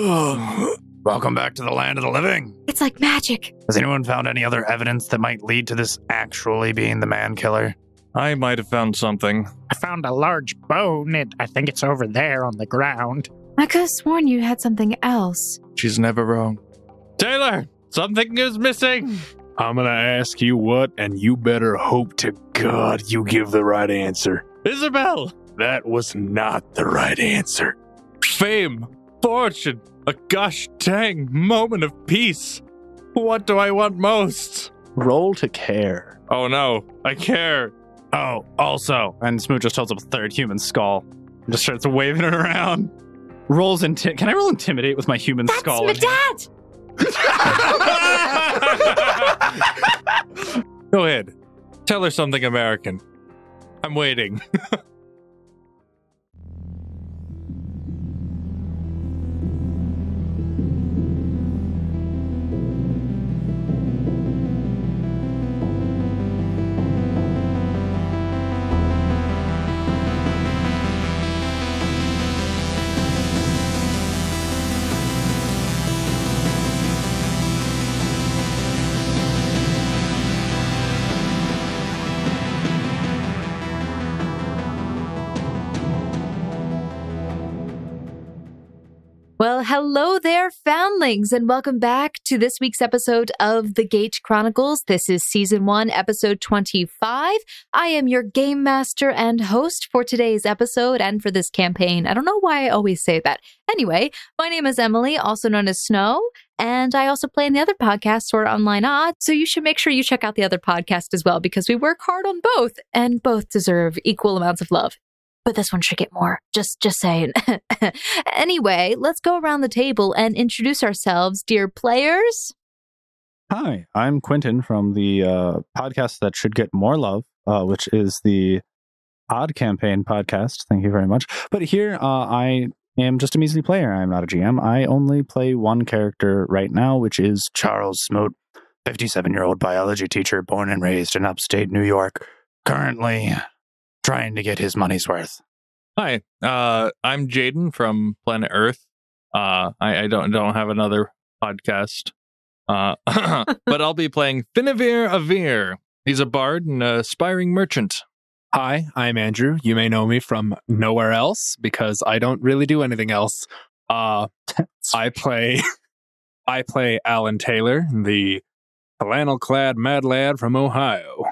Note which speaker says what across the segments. Speaker 1: Welcome back to the land of the living.
Speaker 2: It's like magic.
Speaker 1: Has anyone found any other evidence that might lead to this actually being the man killer?
Speaker 3: I might have found something.
Speaker 4: I found a large bone. It, I think it's over there on the ground.
Speaker 2: I could have sworn you had something else.
Speaker 3: She's never wrong. Taylor, something is missing.
Speaker 5: I'm going to ask you what, and you better hope to God you give the right answer.
Speaker 3: Isabel,
Speaker 5: That was not the right answer.
Speaker 3: fame, fortune, a gosh dang moment of peace. What do I want most?
Speaker 6: Roll to care.
Speaker 3: Oh no, I care.
Speaker 1: Oh, also. And Smoot just holds up a third human skull and just starts waving it around. Rolls inti- Can I roll intimidate with my human
Speaker 2: That's
Speaker 1: skull?
Speaker 2: my dad.
Speaker 3: Go ahead. Tell her something American. I'm waiting.
Speaker 2: Well, hello there, foundlings, and welcome back to this week's episode of The Gate Chronicles. This is season one, episode 25. I am your game master and host for today's episode and for this campaign. I don't know why I always say that. Anyway, my name is Emily, also known as Snow, and I also play in the other podcast, Sword Online Odd. So you should make sure you check out the other podcast as well because we work hard on both, and both deserve equal amounts of love. But this one should get more. Just, just saying. anyway, let's go around the table and introduce ourselves, dear players.
Speaker 6: Hi, I'm Quentin from the uh, podcast that should get more love, uh, which is the Odd Campaign podcast. Thank you very much. But here, uh, I am just a measly player. I'm not a GM. I only play one character right now, which is
Speaker 1: Charles Smoot, 57 year old biology teacher born and raised in upstate New York, currently trying to get his money's worth.
Speaker 3: Hi, uh, I'm Jaden from Planet Earth. Uh, I, I don't don't have another podcast, uh, but I'll be playing Finavir Avir. He's a bard and an aspiring merchant.
Speaker 7: Hi, I'm Andrew. You may know me from nowhere else because I don't really do anything else. Uh, I play, I play Alan Taylor, the flannel-clad mad lad from Ohio.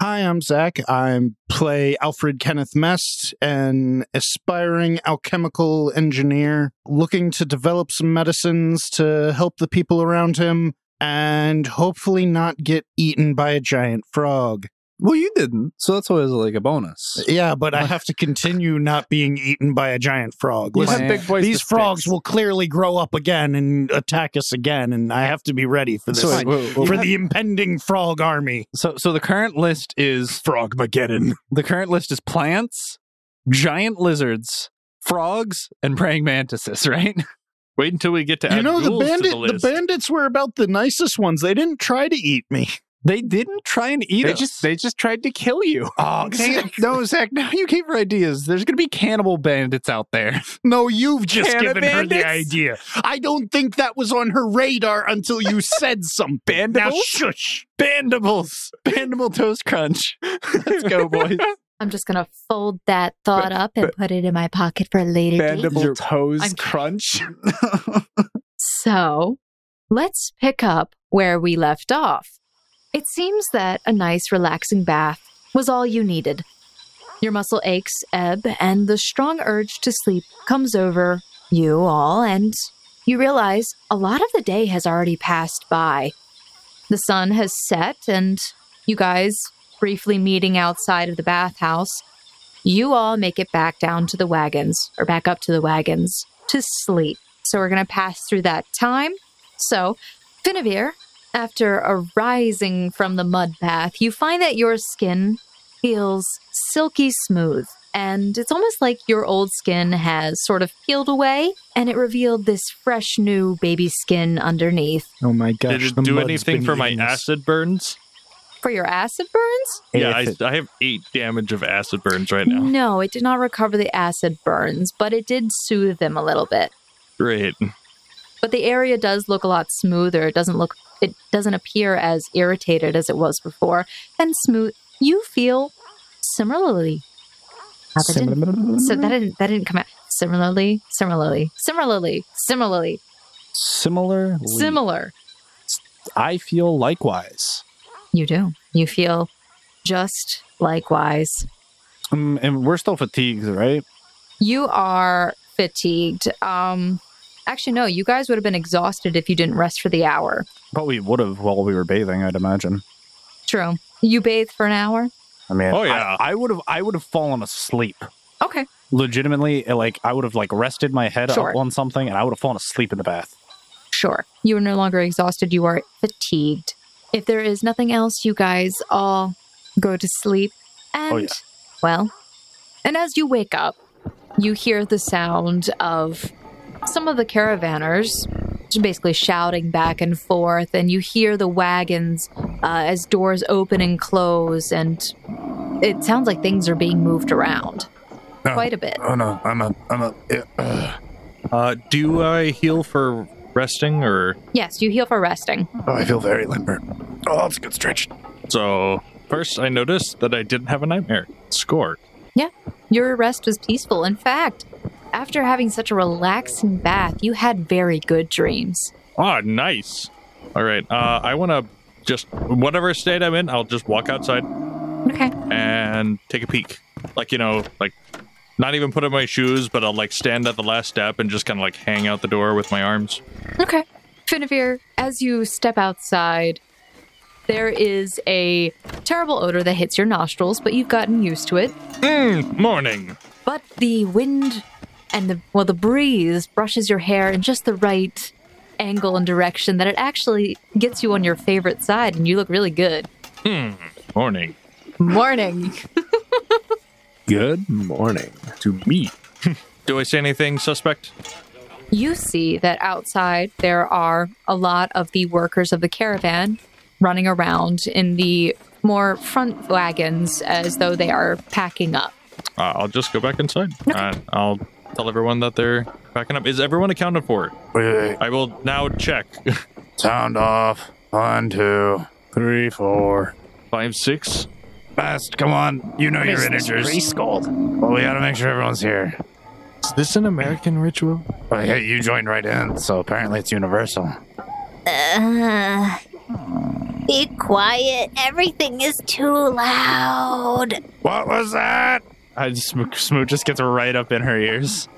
Speaker 8: Hi, I'm Zach. I play Alfred Kenneth Mest, an aspiring alchemical engineer looking to develop some medicines to help the people around him and hopefully not get eaten by a giant frog.
Speaker 6: well, you didn't, so that's always like a bonus.
Speaker 8: Yeah, but I have to continue not being eaten by a giant frog.
Speaker 6: You
Speaker 8: Listen,
Speaker 6: have big
Speaker 8: these frogs will clearly grow up again and attack us again, and I have to be ready for this.
Speaker 6: So, wait, wait, wait.
Speaker 8: for the impending frog army.
Speaker 6: so, so the current list is
Speaker 5: Frogmageddon.
Speaker 6: the current list is plants, giant lizards, frogs, and praying mantises. Right?
Speaker 3: Wait until we get to
Speaker 8: You
Speaker 3: add
Speaker 8: know, the,
Speaker 3: ghouls to
Speaker 8: bandit,
Speaker 3: the
Speaker 8: the,
Speaker 3: list.
Speaker 8: bandits were about the nicest ones. They didn't try to eat me.
Speaker 6: They didn't try and eat
Speaker 5: They
Speaker 6: us.
Speaker 5: just they just tried to kill you.
Speaker 6: Oh, dang it. No, Zach, now you gave her ideas. There's going to be cannibal bandits out there.
Speaker 8: No, you've just
Speaker 5: Canna
Speaker 8: given her the
Speaker 5: bandits?
Speaker 8: idea. I don't think that was on her radar until you said something. Now
Speaker 5: Bandibles?
Speaker 8: shush.
Speaker 6: Bandibles. Bandible Toast Crunch. Let's go, boys.
Speaker 2: I'm just going to fold that thought up and put it in my pocket for a later date.
Speaker 5: Mandible toes
Speaker 2: I'm-
Speaker 5: crunch.
Speaker 2: So let's pick up where we left off. It seems that a nice, relaxing bath was all you needed. Your muscle aches ebb, and the strong urge to sleep comes over you all, and you realize a lot of the day has already passed by. The sun has set, and you guys, briefly meeting outside of the bathhouse, you all make it back down to the wagons, or back up to the wagons, to sleep. So we're going to pass through that time. So, Finavir, after arising from the mud bath, you find that your skin feels silky smooth. And it's almost like your old skin has sort of peeled away and it revealed this fresh new baby skin underneath.
Speaker 8: Oh my gosh.
Speaker 3: Did it do anything for my acid burns?
Speaker 2: For your acid burns?
Speaker 3: Yeah, I, I have eight damage of acid burns right now.
Speaker 2: No, it did not recover the acid burns, but it did soothe them a little bit.
Speaker 3: Great.
Speaker 2: But the area does look a lot smoother. It doesn't look it doesn't appear as irritated as it was before. And smooth you feel similarly. Now, that didn't- so that didn't that didn't come out. Similarly, similarly, similarly, similarly,
Speaker 6: Similar.
Speaker 2: similar.
Speaker 6: I feel likewise.
Speaker 2: You do. You feel just likewise.
Speaker 6: Um, and we're still fatigued, right?
Speaker 2: You are fatigued. Um actually no, you guys would have been exhausted if you didn't rest for the hour.
Speaker 6: But we would have while we were bathing, I'd imagine.
Speaker 2: True. You bathe for an hour?
Speaker 6: I mean,
Speaker 3: Oh,
Speaker 6: I-
Speaker 3: yeah.
Speaker 6: I would have. I would have fallen asleep.
Speaker 2: Okay.
Speaker 6: Legitimately, like I would have like rested my head
Speaker 2: Sure.
Speaker 6: up on something, and I would have fallen asleep in the bath.
Speaker 2: Sure. You are no longer exhausted, you are fatigued. If there is nothing else, you guys all go to sleep and
Speaker 6: Oh, yeah.
Speaker 2: well, and as you wake up, you hear the sound of some of the caravanners just basically shouting back and forth, and you hear the wagons uh, as doors open and close, and it sounds like things are being moved around
Speaker 1: Oh.
Speaker 2: quite a bit.
Speaker 6: Uh.
Speaker 1: Oh no, I'm a, I'm a. Uh,
Speaker 3: Uh, do I heal for resting or
Speaker 2: Yes, you heal for resting.
Speaker 1: oh, I feel very limber. Oh, that's a good stretch.
Speaker 3: so? First, I noticed that I didn't have a nightmare. Score.
Speaker 2: Your rest was peaceful. In fact, after having such a relaxing bath, you had very good dreams.
Speaker 3: Ah, nice. All right. Uh, I want to just whatever state I'm in, I'll just walk outside
Speaker 2: Okay.
Speaker 3: and take a peek. Like you know, like not even put on my shoes, but I'll like stand at the last step and just kind of like hang out the door with my arms.
Speaker 2: Okay. Finavir, as you step outside, there is a terrible odor that hits your nostrils, but you've gotten used to it.
Speaker 3: Mm, morning.
Speaker 2: But the wind and the well, the breeze brushes your hair in just the right angle and direction that it actually gets you on your favorite side, and you look really good.
Speaker 3: Hmm, Morning.
Speaker 2: Morning.
Speaker 5: Good morning to me.
Speaker 3: Do I see anything suspect?
Speaker 2: you see that outside there are a lot of the workers of the caravan running around in the more front wagons as though they are packing up.
Speaker 3: Uh, I'll just go back inside. Uh, I'll tell everyone that they're backing up. Is everyone accounted for?
Speaker 1: Wait, wait, wait.
Speaker 3: I will now check.
Speaker 1: Sound off. One, two, three, four.
Speaker 3: Five, six.
Speaker 1: Fast, come on. You know your integers. Well, we gotta make sure everyone's here.
Speaker 5: Is this an American ritual?
Speaker 1: But hey, you joined right in, so apparently it's universal.
Speaker 9: Uh, be quiet. Everything is too loud.
Speaker 1: What was that?
Speaker 6: I just Smoot just gets right up in her ears.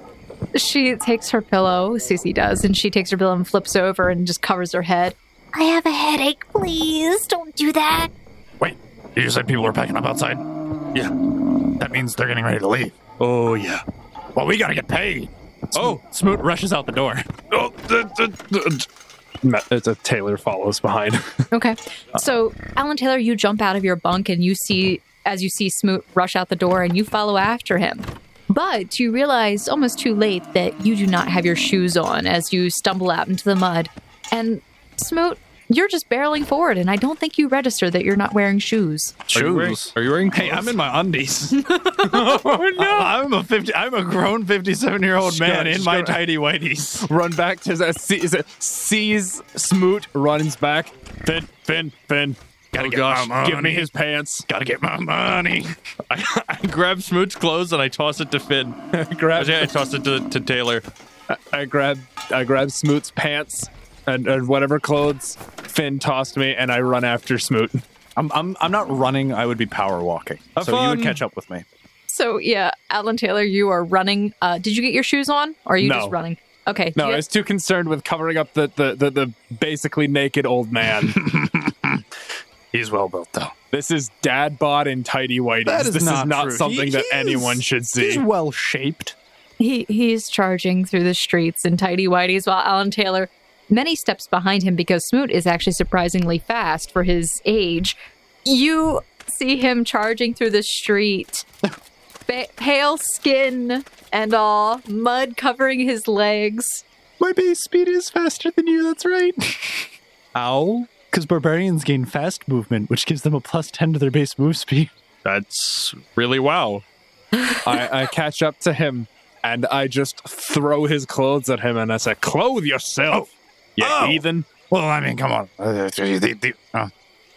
Speaker 2: She takes her pillow, Cece does, and she takes her pillow and flips over and just covers her head.
Speaker 9: I have a headache. Please don't do that.
Speaker 1: You said people were packing up outside? Yeah. That means they're getting ready to leave.
Speaker 3: Oh yeah.
Speaker 1: Well, we gotta get paid.
Speaker 3: Oh,
Speaker 6: Smoot rushes out the door.
Speaker 3: oh, the, the, the,
Speaker 7: It's a Taylor follows behind.
Speaker 2: Okay. So, Alan Taylor, you jump out of your bunk and you see, as you see Smoot rush out the door and you follow after him. But you realize almost too late that you do not have your shoes on as you stumble out into the mud. And Smoot, you're just barreling forward, and I don't think you register that you're not wearing shoes.
Speaker 3: Are you wearing,
Speaker 6: Shoes.
Speaker 3: are you wearing
Speaker 6: Hey, I'm in my undies.
Speaker 3: oh
Speaker 6: Uh, I'm a fifty. I'm a grown fifty-seven-year-old
Speaker 7: gonna-
Speaker 6: man in
Speaker 7: she's
Speaker 6: my
Speaker 7: gonna-
Speaker 6: tidy whities.
Speaker 7: Run back to that. See, is it sees Smoot runs back. Finn, Finn, Finn.
Speaker 1: Gotta
Speaker 7: oh
Speaker 1: get
Speaker 7: gosh,
Speaker 1: my
Speaker 7: give me
Speaker 1: money.
Speaker 7: his pants.
Speaker 1: Gotta get my money.
Speaker 3: I, I grab Smoot's clothes and I toss it to Finn.
Speaker 7: Grab,
Speaker 3: Actually, I toss it to, to Taylor.
Speaker 7: I grab, I grab Smoot's pants and, and whatever clothes Finn tossed me, and I run after Smoot.
Speaker 6: I'm, I'm, I'm not running. I would be power walking.
Speaker 3: Have
Speaker 6: so you would
Speaker 3: fun.
Speaker 6: catch up with me.
Speaker 2: So, yeah, Alan Taylor, you are running. Uh, did you get your shoes on, or are you
Speaker 7: No.
Speaker 2: just running? Okay.
Speaker 7: No,
Speaker 2: you-
Speaker 7: I was too concerned with covering up the the, the, the basically naked old man.
Speaker 1: He's well built, though.
Speaker 7: this is dad bod in tidy whitey.
Speaker 6: That is
Speaker 7: this
Speaker 6: not
Speaker 7: is not
Speaker 6: true.
Speaker 7: something
Speaker 6: He-
Speaker 7: that
Speaker 6: he
Speaker 7: anyone
Speaker 6: is-
Speaker 7: should see.
Speaker 6: well shaped.
Speaker 2: He he is charging through the streets in tidy whities while Alan Taylor many steps behind him because Smoot is actually surprisingly fast for his age. You see him charging through the street. Ba- pale skin and all, mud covering his legs.
Speaker 6: My base speed is faster than you. That's right.
Speaker 3: Ow.
Speaker 6: Because barbarians gain fast movement, which gives them a plus ten to their base move speed.
Speaker 3: That's really wow.
Speaker 7: I, I catch up to him and I just throw his clothes at him and I say, Clothe yourself, you
Speaker 1: Oh.
Speaker 7: heathen.
Speaker 1: Well, I mean, come on. Uh, They,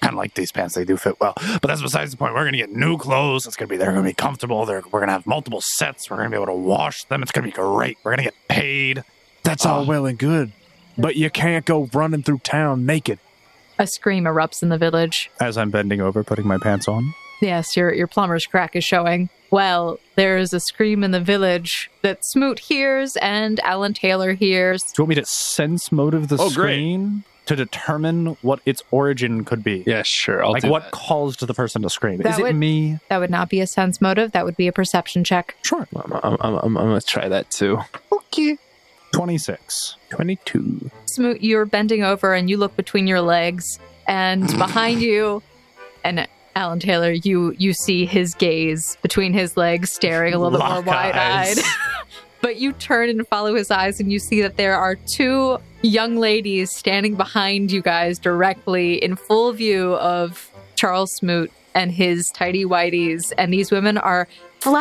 Speaker 1: kind of like these pants. They do fit well. But that's besides the point. We're going to get new clothes. It's going to be, they're going to be comfortable. They're, we're going to have multiple sets. We're going to be able to wash them. It's going to be great. We're going to get paid.
Speaker 5: That's
Speaker 2: Ah.
Speaker 5: all well and good, but you can't go running through town naked.
Speaker 2: A scream erupts in the village.
Speaker 6: As I'm bending over, putting my pants on.
Speaker 2: Yes, your your plumber's crack is showing. Well, there is a scream in the village that Smoot hears and Alan Taylor hears.
Speaker 6: Do you want me to sense motive the
Speaker 3: Oh, great.
Speaker 6: screen to determine what its origin could be?
Speaker 7: Yeah, sure. I'll
Speaker 6: like
Speaker 7: do
Speaker 6: what
Speaker 7: that.
Speaker 6: caused the person to scream? Is
Speaker 2: That
Speaker 6: it
Speaker 2: would-
Speaker 6: me?
Speaker 2: That would not be a sense motive. That would be a perception check.
Speaker 6: Sure.
Speaker 7: I'm, I'm, I'm, I'm gonna try that too.
Speaker 6: Okay. 26.
Speaker 7: 22.
Speaker 2: Smoot, you're bending over and you look between your legs and behind you, and Alan Taylor, you you see his gaze between his legs, staring a little more
Speaker 1: Lock
Speaker 2: wide eyed.
Speaker 1: eyes.
Speaker 2: but you turn and follow his eyes, and you see that there are two young ladies standing behind you guys, directly in full view of Charles Smoot and his tidy whities. And these women are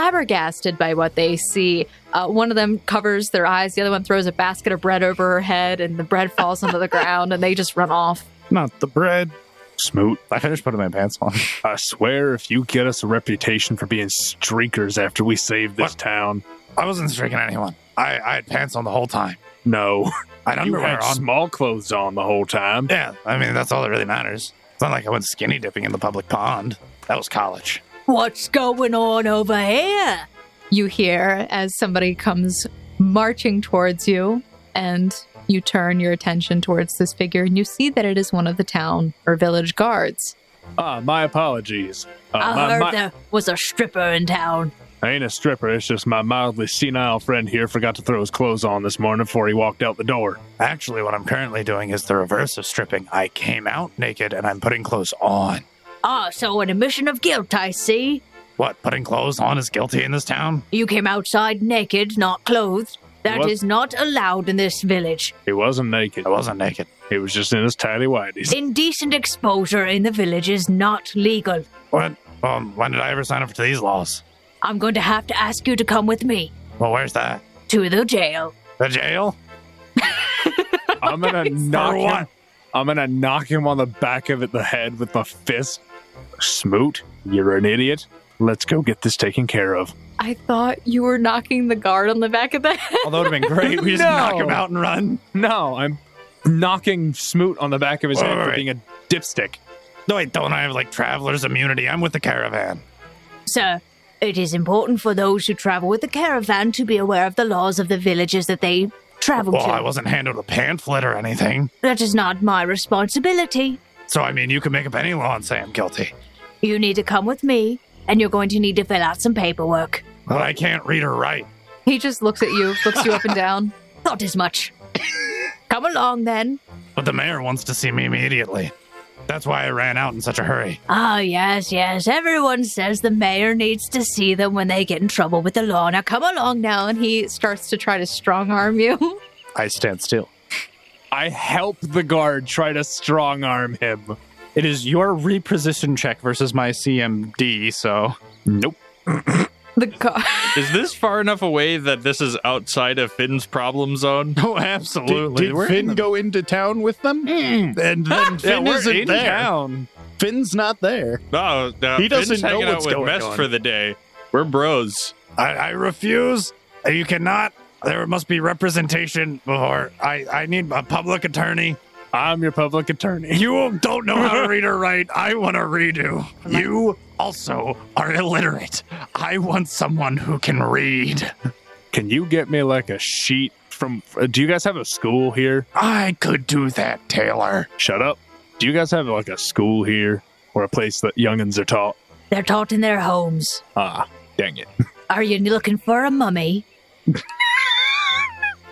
Speaker 2: flabbergasted by what they see. Uh, one of them covers their eyes, the other one throws a basket of bread over her head, and the bread falls onto the ground, and they just run off.
Speaker 8: Not the bread.
Speaker 5: Smoot,
Speaker 6: I finished putting my pants on.
Speaker 5: I swear if you get us a reputation for being streakers after we save this
Speaker 1: What?
Speaker 5: town,
Speaker 1: I wasn't striking anyone. I, I had pants on the whole time.
Speaker 5: no.
Speaker 1: I had
Speaker 5: you
Speaker 1: underwear
Speaker 5: had
Speaker 1: on.
Speaker 5: small clothes on the whole time.
Speaker 1: Yeah, I mean, that's all that really matters. It's not like I went skinny dipping in the public pond. That was college.
Speaker 2: What's going on over here? You hear as somebody comes marching towards you, and you turn your attention towards this figure, and you see that it is one of the town or village guards.
Speaker 5: Ah, my apologies. Uh, my, my-
Speaker 2: there was a stripper in town.
Speaker 5: I ain't a stripper. It's just my mildly senile friend here forgot to throw his clothes on this morning before he walked out the door.
Speaker 1: Actually, what I'm currently doing is the reverse of stripping. I came out naked and I'm putting clothes on.
Speaker 9: Ah, so an admission of guilt, I see.
Speaker 1: What, putting clothes on is guilty in this town?
Speaker 9: You came outside naked, not clothed. That is
Speaker 5: What?
Speaker 9: not allowed in this village.
Speaker 5: He wasn't naked.
Speaker 1: I wasn't naked.
Speaker 5: He was just in his tidy whities.
Speaker 9: Indecent exposure in the village is not legal.
Speaker 1: What? Um, when did I ever sign up for these laws?
Speaker 9: I'm going to have to ask you to come with me
Speaker 1: Well, where's that?
Speaker 9: to the jail.
Speaker 1: The jail?
Speaker 7: I'm gonna knock
Speaker 1: For
Speaker 7: him.
Speaker 1: what?
Speaker 7: I'm gonna knock him on the back of it, the head with my fist.
Speaker 5: Smoot, you're an idiot. Let's go get this taken care of.
Speaker 2: I thought you were knocking the guard on the back of the head.
Speaker 6: Although it would have been great.
Speaker 1: Great, we just
Speaker 7: No.
Speaker 1: knock him out and run.
Speaker 7: No, I'm knocking Smoot on the back of his
Speaker 1: Wait,
Speaker 7: head
Speaker 1: wait,
Speaker 7: for
Speaker 1: wait.
Speaker 7: being a dipstick.
Speaker 1: No, wait, don't I have like traveler's immunity? I'm with the caravan.
Speaker 9: Sir, it is important for those who travel with the caravan to be aware of the laws of the villages that they travel
Speaker 1: Well,
Speaker 9: to.
Speaker 1: I wasn't handed a pamphlet or anything.
Speaker 9: That is not my responsibility.
Speaker 1: So, I mean, you can make up any law and say I'm guilty.
Speaker 9: You need to come with me, and you're going to need to fill out some paperwork.
Speaker 1: But I can't read or write.
Speaker 2: He just looks at you, looks you up and down.
Speaker 9: Not as much. come along then.
Speaker 1: But the mayor wants to see me immediately. That's why I ran out in such a hurry.
Speaker 9: Ah, yes, yes. Everyone says the mayor needs to see them when they get in trouble with the law. Now come along now.
Speaker 2: Now, and he starts to try to strong arm you.
Speaker 6: I stand still.
Speaker 7: I help the guard try to strong arm him.
Speaker 6: It is your reposition check versus my CMD, so.
Speaker 5: Nope.
Speaker 2: The guard.
Speaker 3: Is this far enough away that this is outside of Finn's problem zone?
Speaker 1: Oh,
Speaker 8: Did,
Speaker 1: absolutely.
Speaker 8: did Finn go into town with them? And then Finn isn't there.
Speaker 7: town.
Speaker 8: Finn's not there.
Speaker 3: No, no,
Speaker 8: He doesn't
Speaker 3: Finn's hanging
Speaker 8: know
Speaker 3: out
Speaker 8: what's
Speaker 3: with
Speaker 8: going
Speaker 3: Mest
Speaker 8: on.
Speaker 3: for the day. We're bros.
Speaker 1: I, I refuse. You cannot. There must be representation before. I, I need a public attorney.
Speaker 7: I'm your public attorney.
Speaker 1: You don't know how to read or write. I want to read you. You also Oh, are illiterate. I want someone who can read.
Speaker 5: Can you get me like a sheet from? uh, Do you guys have a school here?
Speaker 1: I could do that, Taylor.
Speaker 5: Shut up. Do you guys have like a school here or a place that youngins are taught?
Speaker 9: They're taught in their homes.
Speaker 5: Ah, dang it.
Speaker 9: Are you looking for a mummy?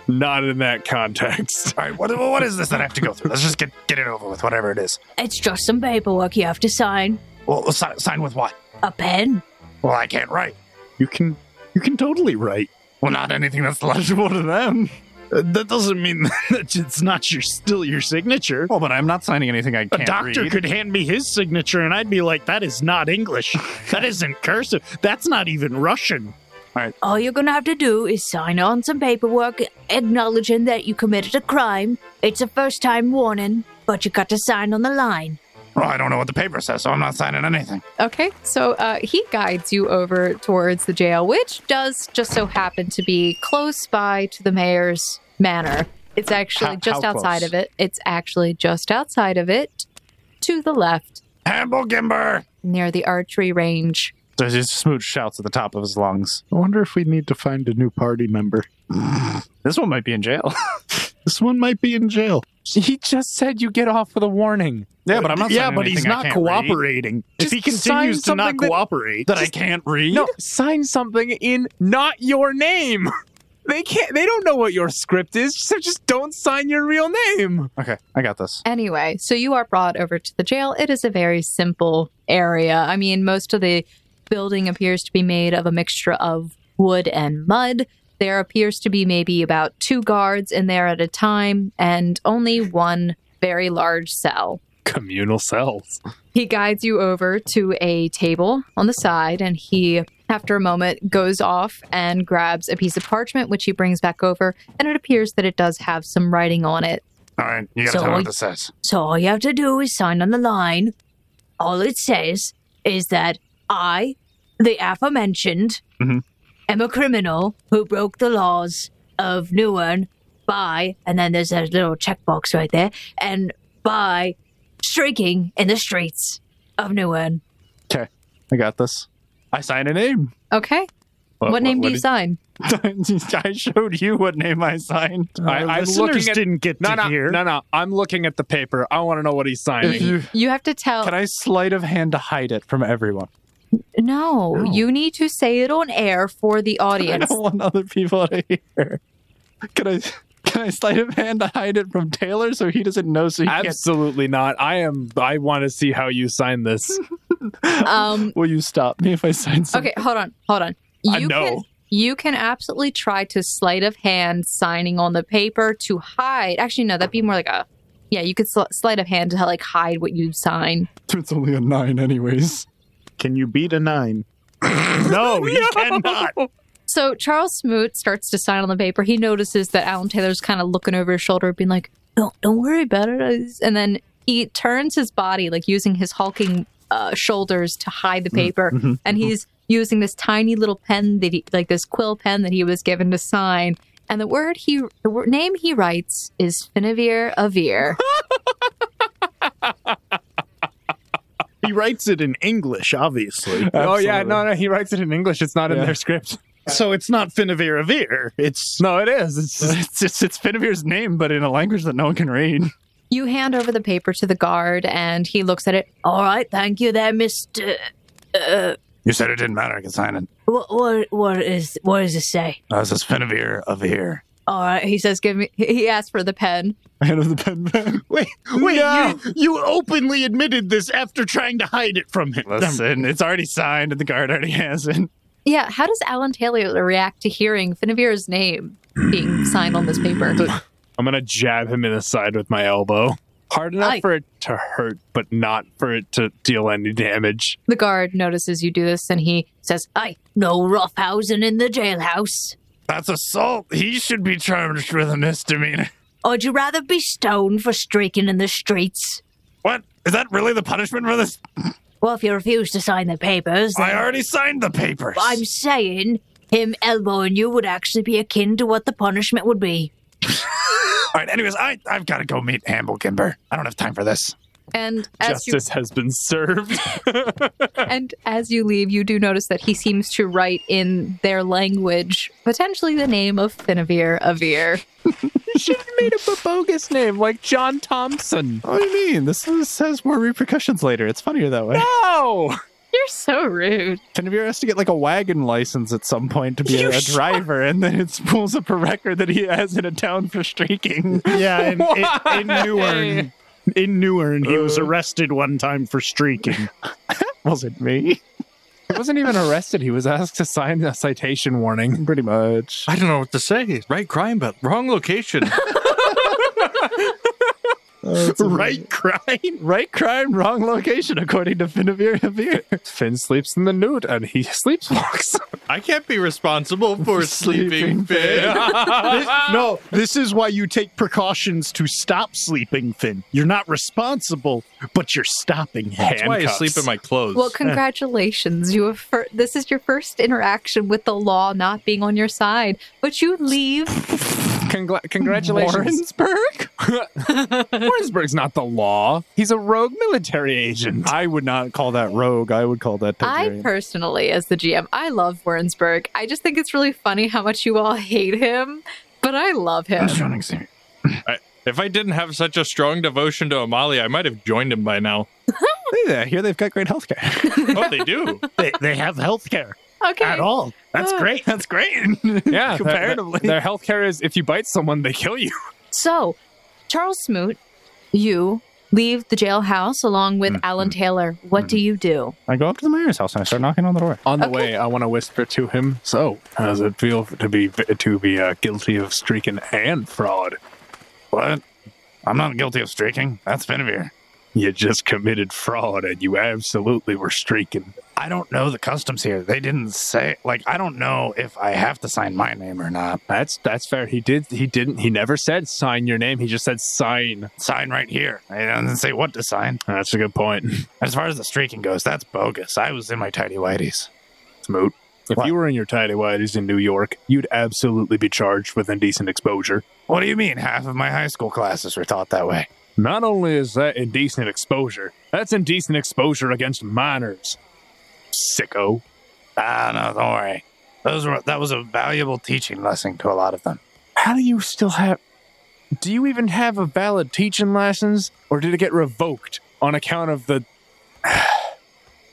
Speaker 5: Not in that context.
Speaker 1: All right, what, what is this that I have to go through? Let's just get, get it over with, whatever it is.
Speaker 9: It's just some paperwork you have to sign.
Speaker 1: Well, si- sign with what?
Speaker 9: A pen.
Speaker 1: Well, I can't write.
Speaker 5: You can you can totally write.
Speaker 1: Well, not anything that's legible to them.
Speaker 8: Uh, That doesn't mean that it's not your still your signature.
Speaker 6: Well, but I'm not signing anything I
Speaker 8: A
Speaker 6: can't
Speaker 8: doctor
Speaker 6: read.
Speaker 8: could hand me his signature and I'd be like, that is not English. That isn't cursive. That's not even Russian.
Speaker 1: Alright.
Speaker 9: All you're going to have to do is sign on some paperwork acknowledging that you committed a crime. It's a first time warning, but you got to sign on the line.
Speaker 1: Well, I don't know what the paper says, so I'm not signing anything.
Speaker 2: Okay, so uh, he guides you over towards the jail, which does just so happen to be close by to the mayor's manor. It's actually
Speaker 1: How-
Speaker 2: just
Speaker 1: how
Speaker 2: outside
Speaker 1: close?
Speaker 2: of it. It's actually just outside of it, to the left,
Speaker 1: Amble Gimber!
Speaker 2: near the archery range.
Speaker 6: So just Smooch shouts at the top of his lungs.
Speaker 8: I wonder if we need to find a new party member.
Speaker 6: This one might be in jail.
Speaker 8: This one might be in jail.
Speaker 7: He just said you get off with a warning.
Speaker 1: Yeah, but I'm not
Speaker 8: yeah,
Speaker 1: signing
Speaker 8: but he's
Speaker 1: anything I
Speaker 8: not
Speaker 1: can't read,
Speaker 8: cooperating. If
Speaker 7: Just
Speaker 8: he continues to
Speaker 7: sign
Speaker 8: not
Speaker 7: something that-
Speaker 8: cooperate,
Speaker 1: that I can't read?
Speaker 7: No, sign something in not your name. They can't. They don't know what your script is, so just don't sign your real name.
Speaker 6: Okay, I got this.
Speaker 2: Anyway, so you are brought over to the jail. It is a very simple area. I mean, most of the building appears to be made of a mixture of wood and mud. There appears to be maybe about two guards in there at a time and only one very large cell.
Speaker 7: Communal cells.
Speaker 2: He guides you over to a table on the side and he, after a moment, goes off and grabs a piece of parchment, which he brings back over. And it appears that it does have some writing on it.
Speaker 1: All right, you gotta
Speaker 9: So
Speaker 1: tell me
Speaker 9: I-
Speaker 1: what this says.
Speaker 9: So all you have to do is sign on the line. All it says is that I, the aforementioned,
Speaker 7: Mm-hmm.
Speaker 1: Mhm.
Speaker 9: am a criminal who broke the laws of Newern by, and then there's a little checkbox right there, and by streaking in the streets of Newern.
Speaker 6: I got this. I sign a name.
Speaker 2: Okay. What, name do you sign?
Speaker 6: I showed you what name I signed.
Speaker 7: I,
Speaker 8: our
Speaker 7: I'm
Speaker 8: listeners
Speaker 7: looking at.
Speaker 8: didn't get
Speaker 7: No,
Speaker 8: to
Speaker 7: no,
Speaker 8: hear.
Speaker 7: no, no. I'm looking at the paper. I want to know what he's signing.
Speaker 2: You have to tell.
Speaker 6: Can I sleight of hand to hide it from everyone?
Speaker 2: No, you need to say it on air for the
Speaker 6: I
Speaker 2: audience.
Speaker 6: don't want other people to hear. Can I? Can I sleight of hand to hide it from Taylor so he doesn't know? So he
Speaker 7: Absolutely not. I am. I want to see how you sign this.
Speaker 2: Um,
Speaker 6: can't. Will you stop me if I sign something?
Speaker 2: okay, hold on, hold on.
Speaker 7: I
Speaker 2: You can
Speaker 7: know.
Speaker 2: you can absolutely try to sleight of hand signing on the paper to hide. Actually, no, that'd be more like a yeah. You could sl- sleight of hand to like hide what you sign.
Speaker 6: It's only a nine, anyways.
Speaker 8: Can you beat a nine? no, you cannot.
Speaker 2: So Charles Smoot starts to sign on the paper. He notices that Alan Taylor's kind of looking over his shoulder, being like, "Don't, don't worry about it." And then he turns his body, like using his hulking uh, shoulders to hide the paper, and he's using this tiny little pen that, he, like this quill pen that he was given to sign. And the word he, the word, name he writes is Finavir Avir.
Speaker 8: He writes it in English, obviously.
Speaker 7: Oh yeah, no, no. He writes it in English. It's not in their script.
Speaker 8: So it's not Finavir Avir. It's
Speaker 7: No, it is. It's just,
Speaker 6: It's just, it's Finavir's name, but in a language that no one can read.
Speaker 2: you hand over the paper to the guard, and he looks at it.
Speaker 9: All right, thank you there, Mister.
Speaker 1: You said it didn't matter, I could sign it.
Speaker 9: What, what, what is, what does it say?
Speaker 1: Uh, this is Finavir of here.
Speaker 2: All
Speaker 9: uh,
Speaker 2: right, he says, "Give me." He asks for the pen.
Speaker 6: Hand of the pen back.
Speaker 8: wait, wait. You, you openly admitted this after trying to hide it from him.
Speaker 6: Listen, it's already signed and the guard already has it.
Speaker 2: Yeah, how does Alan Taylor react to hearing Finavir's name being signed on this paper?
Speaker 7: I'm gonna jab him in the side with my elbow, hard enough
Speaker 2: Aye.
Speaker 7: for it to hurt, but not for it to deal any damage.
Speaker 2: The guard notices you do this and he says,
Speaker 9: Aye, no roughhousing in the jailhouse.
Speaker 1: That's assault. He should be charged with a misdemeanor.
Speaker 9: Or do you rather be stoned for streaking in the streets?
Speaker 1: What? Is that really the punishment for this?
Speaker 9: Well, if you refuse to sign the papers,
Speaker 1: I
Speaker 9: then
Speaker 1: already signed the papers.
Speaker 9: I'm saying him elbowing you would actually be akin to what the punishment would be.
Speaker 1: All right, anyways, I, I've got to go meet Amble Gimber. I don't have time for this.
Speaker 2: and as you,
Speaker 7: Justice has been served.
Speaker 2: and as you leave, you do notice that he seems to write in their language potentially the name of Finavir Avir.
Speaker 7: should have made up a bogus name like John Thompson.
Speaker 6: What do you mean? This is, has more repercussions later. It's funnier that way.
Speaker 7: No,
Speaker 2: You're so rude.
Speaker 6: Finavir has to get like a wagon license at some point to be a, a driver, and then it pulls up a record that he has in a town for streaking.
Speaker 8: Yeah, in, in, in Newern. In Newern, he was
Speaker 7: Uh.
Speaker 8: arrested one time for streaking.
Speaker 6: Wasn't me.
Speaker 7: he wasn't even arrested. He was asked to sign a citation warning.
Speaker 6: Pretty much.
Speaker 3: I don't know what to say. Right crime, but wrong location.
Speaker 8: right crime.
Speaker 3: Right crime, wrong location, according to Finavir Havir.
Speaker 7: Finn sleeps in the nude and he sleepwalks.
Speaker 3: I can't be responsible for sleeping, Finn.
Speaker 8: No, this is why you take precautions to stop sleeping, Finn. You're not responsible, but you're stopping him.
Speaker 3: That's why I sleep in my clothes.
Speaker 2: Well, congratulations. You have fir- this is your first interaction with the law not being on your side, but you leave.
Speaker 7: Congla- congratulations. Warrensburg? Warrensburg's not the law. He's a rogue military agent.
Speaker 6: I would not call that rogue. I would call that
Speaker 2: I
Speaker 6: Targaryen.
Speaker 2: personally, as the GM, I love Wernsberg. I just think it's really funny how much you all hate him, but I love him.
Speaker 3: if I didn't have such a strong devotion to Amalia, I might have joined him by now.
Speaker 6: Look at that. Here they've got great healthcare.
Speaker 3: Oh, they do.
Speaker 8: They, they have health care
Speaker 2: Okay.
Speaker 8: at all. That's great.
Speaker 6: That's great.
Speaker 7: yeah,
Speaker 6: comparatively.
Speaker 7: Their, their healthcare is if you bite someone, they kill you.
Speaker 2: So, Charles Smoot, you leave the jailhouse along with Alan Taylor. What do you do?
Speaker 6: I go up to the mayor's house and I start knocking on the door.
Speaker 7: On the way, I want to whisper to him. So, how does it feel to be to be uh, guilty of streaking and fraud?
Speaker 1: What? I'm not guilty of streaking. That's Benavir.
Speaker 7: You just committed fraud, and you absolutely were streaking.
Speaker 1: I don't know the customs here. They didn't say, like, I don't know if I have to sign my name or not.
Speaker 7: That's that's fair. He did. He didn't. He never said sign your name. He just said sign.
Speaker 1: Sign right here. I didn't say what to sign.
Speaker 7: That's a good point.
Speaker 1: As far as the streaking goes, that's bogus. I was in my tidy whities.
Speaker 7: Smoot. If
Speaker 1: What?
Speaker 7: you were in your tidy whities in New York, you'd absolutely be charged with indecent exposure.
Speaker 1: What do you mean? Half of my high school classes were taught that way.
Speaker 7: Not only is that indecent exposure, that's indecent exposure against minors. Sicko.
Speaker 1: Ah, no, don't worry. Those were that was a valuable teaching lesson to a lot of them.
Speaker 7: How do you still have. Do you even have a valid teaching license, or did it get revoked on account of the.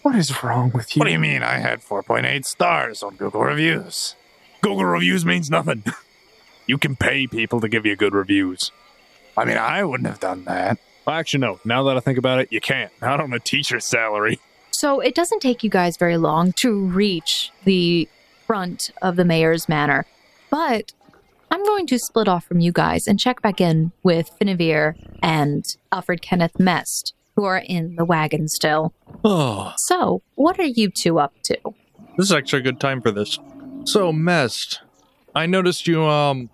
Speaker 7: what is wrong with you?
Speaker 1: What do you mean? I had 4.8 stars on Google reviews.
Speaker 7: Google reviews means nothing. you can pay people to give you good reviews.
Speaker 1: I mean, I wouldn't have done that.
Speaker 7: Well, actually, no. Now that I think about it, you can't. Not on a teacher's salary.
Speaker 2: So, it doesn't take you guys very long to reach the front of the mayor's manor, but I'm going to split off from you guys and check back in with Finavir and Alfred Kenneth Mest, who are in the wagon still.
Speaker 3: Oh,
Speaker 2: So, what are you two up to?
Speaker 3: this is actually a good time for this. So, Mest, I noticed you. Um,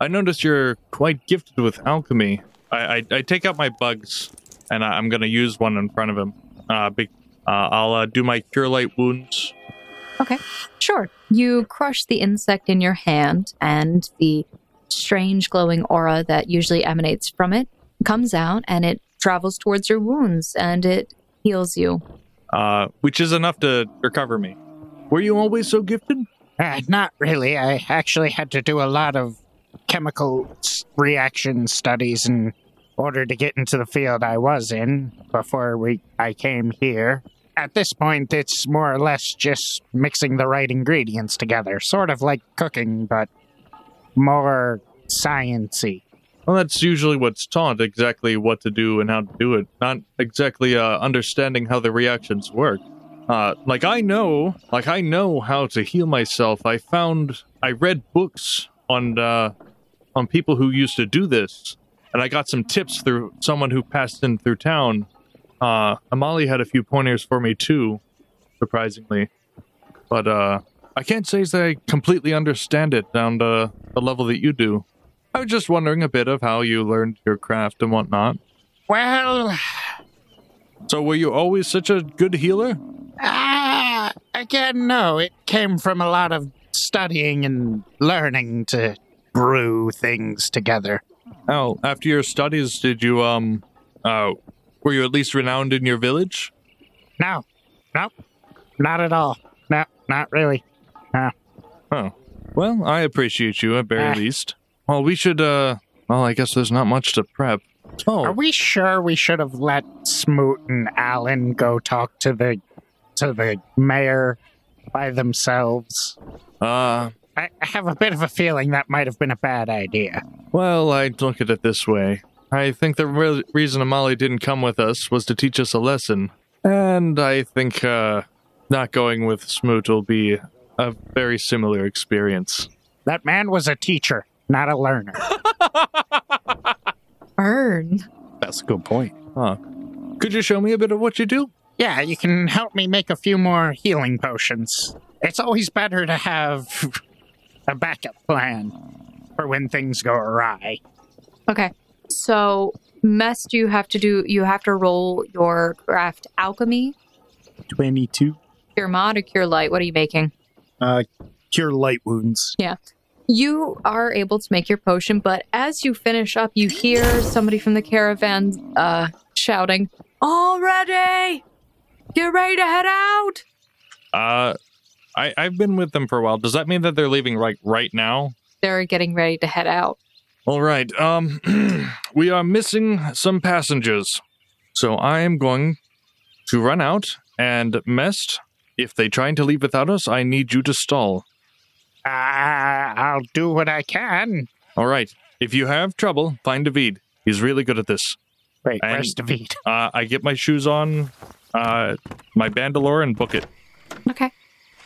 Speaker 3: I noticed you're quite gifted with alchemy. I I, I take out my bugs, and I, I'm gonna use one in front of him. Uh, be, uh I'll uh, do my cure light wounds.
Speaker 2: Sure. You crush the insect in your hand, and the strange glowing aura that usually emanates from it comes out and it travels towards your wounds and it heals you.
Speaker 3: Uh, which is enough to recover me. Were you always so gifted?
Speaker 4: Uh, not really. I actually had to do a lot of chemical s- reaction studies in order to get into the field I was in before we I came here. At this point, it's more or less just mixing the right ingredients together, sort of like cooking, but more sciency.
Speaker 3: Well, that's usually what's taught exactly what to do and how to do it, not exactly uh, understanding how the reactions work. Uh, like I know, like I know how to heal myself. I found, I read books on uh, on people who used to do this, and I got some tips through someone who passed in through town. Uh, Amali had a few pointers for me too, surprisingly, but uh, I can't say that I completely understand it down to the level that you do. I was just wondering a bit of how you learned your craft and whatnot.
Speaker 4: Well,
Speaker 3: So, were you always such a good healer?
Speaker 4: Ah, again, no. It came from a lot of studying and learning to brew things together.
Speaker 3: Oh, after your studies, did you um, uh, were you at least renowned in your village?
Speaker 4: No, nope, not at all. No, not really.
Speaker 3: Oh, well, I appreciate you at very
Speaker 4: Ah.
Speaker 3: least. Well, we should. uh Well, I guess there's not much to prep.
Speaker 4: Are
Speaker 3: Oh,
Speaker 4: we sure we should have let Smoot and Allen go talk to the to the mayor by themselves?
Speaker 3: uh,
Speaker 4: I I have a bit of a feeling that might have been a bad idea.
Speaker 3: well, I look at it this way. I think the re- reason Amali didn't come with us was to teach us a lesson, and I think uh, not going with Smoot will be a very similar experience.
Speaker 4: That man was a teacher, not a learner.
Speaker 2: Burn.
Speaker 1: That's
Speaker 6: That's a good point.
Speaker 3: Could you show me a bit of what you do?
Speaker 4: Yeah, you can help me make a few more healing potions. It's always better to have a backup plan for when things go awry.
Speaker 2: Okay. So, Mest, you have to do, you have to roll your craft alchemy,
Speaker 8: Eh, 22.
Speaker 2: cure mod, or cure light. What are you making?
Speaker 8: Uh, cure light wounds.
Speaker 2: You are able to make your potion, but as you finish up, you hear somebody from the caravan uh, shouting, All ready! Get ready to head out!
Speaker 3: Uh, I I've been with them for a while. Does that mean that they're leaving like right now?
Speaker 2: They're getting ready to head out.
Speaker 3: All right. Um, we are missing some passengers, so I am going to run out and mest. If they trying to leave without us, I need you to stall.
Speaker 4: Uh, I'll do what I can.
Speaker 3: All right. If you have trouble, find David. He's really good at this.
Speaker 4: Wait,
Speaker 3: And-
Speaker 4: where's David?
Speaker 3: Uh, I get my shoes on, uh, my bandolore, and book it.
Speaker 2: Okay.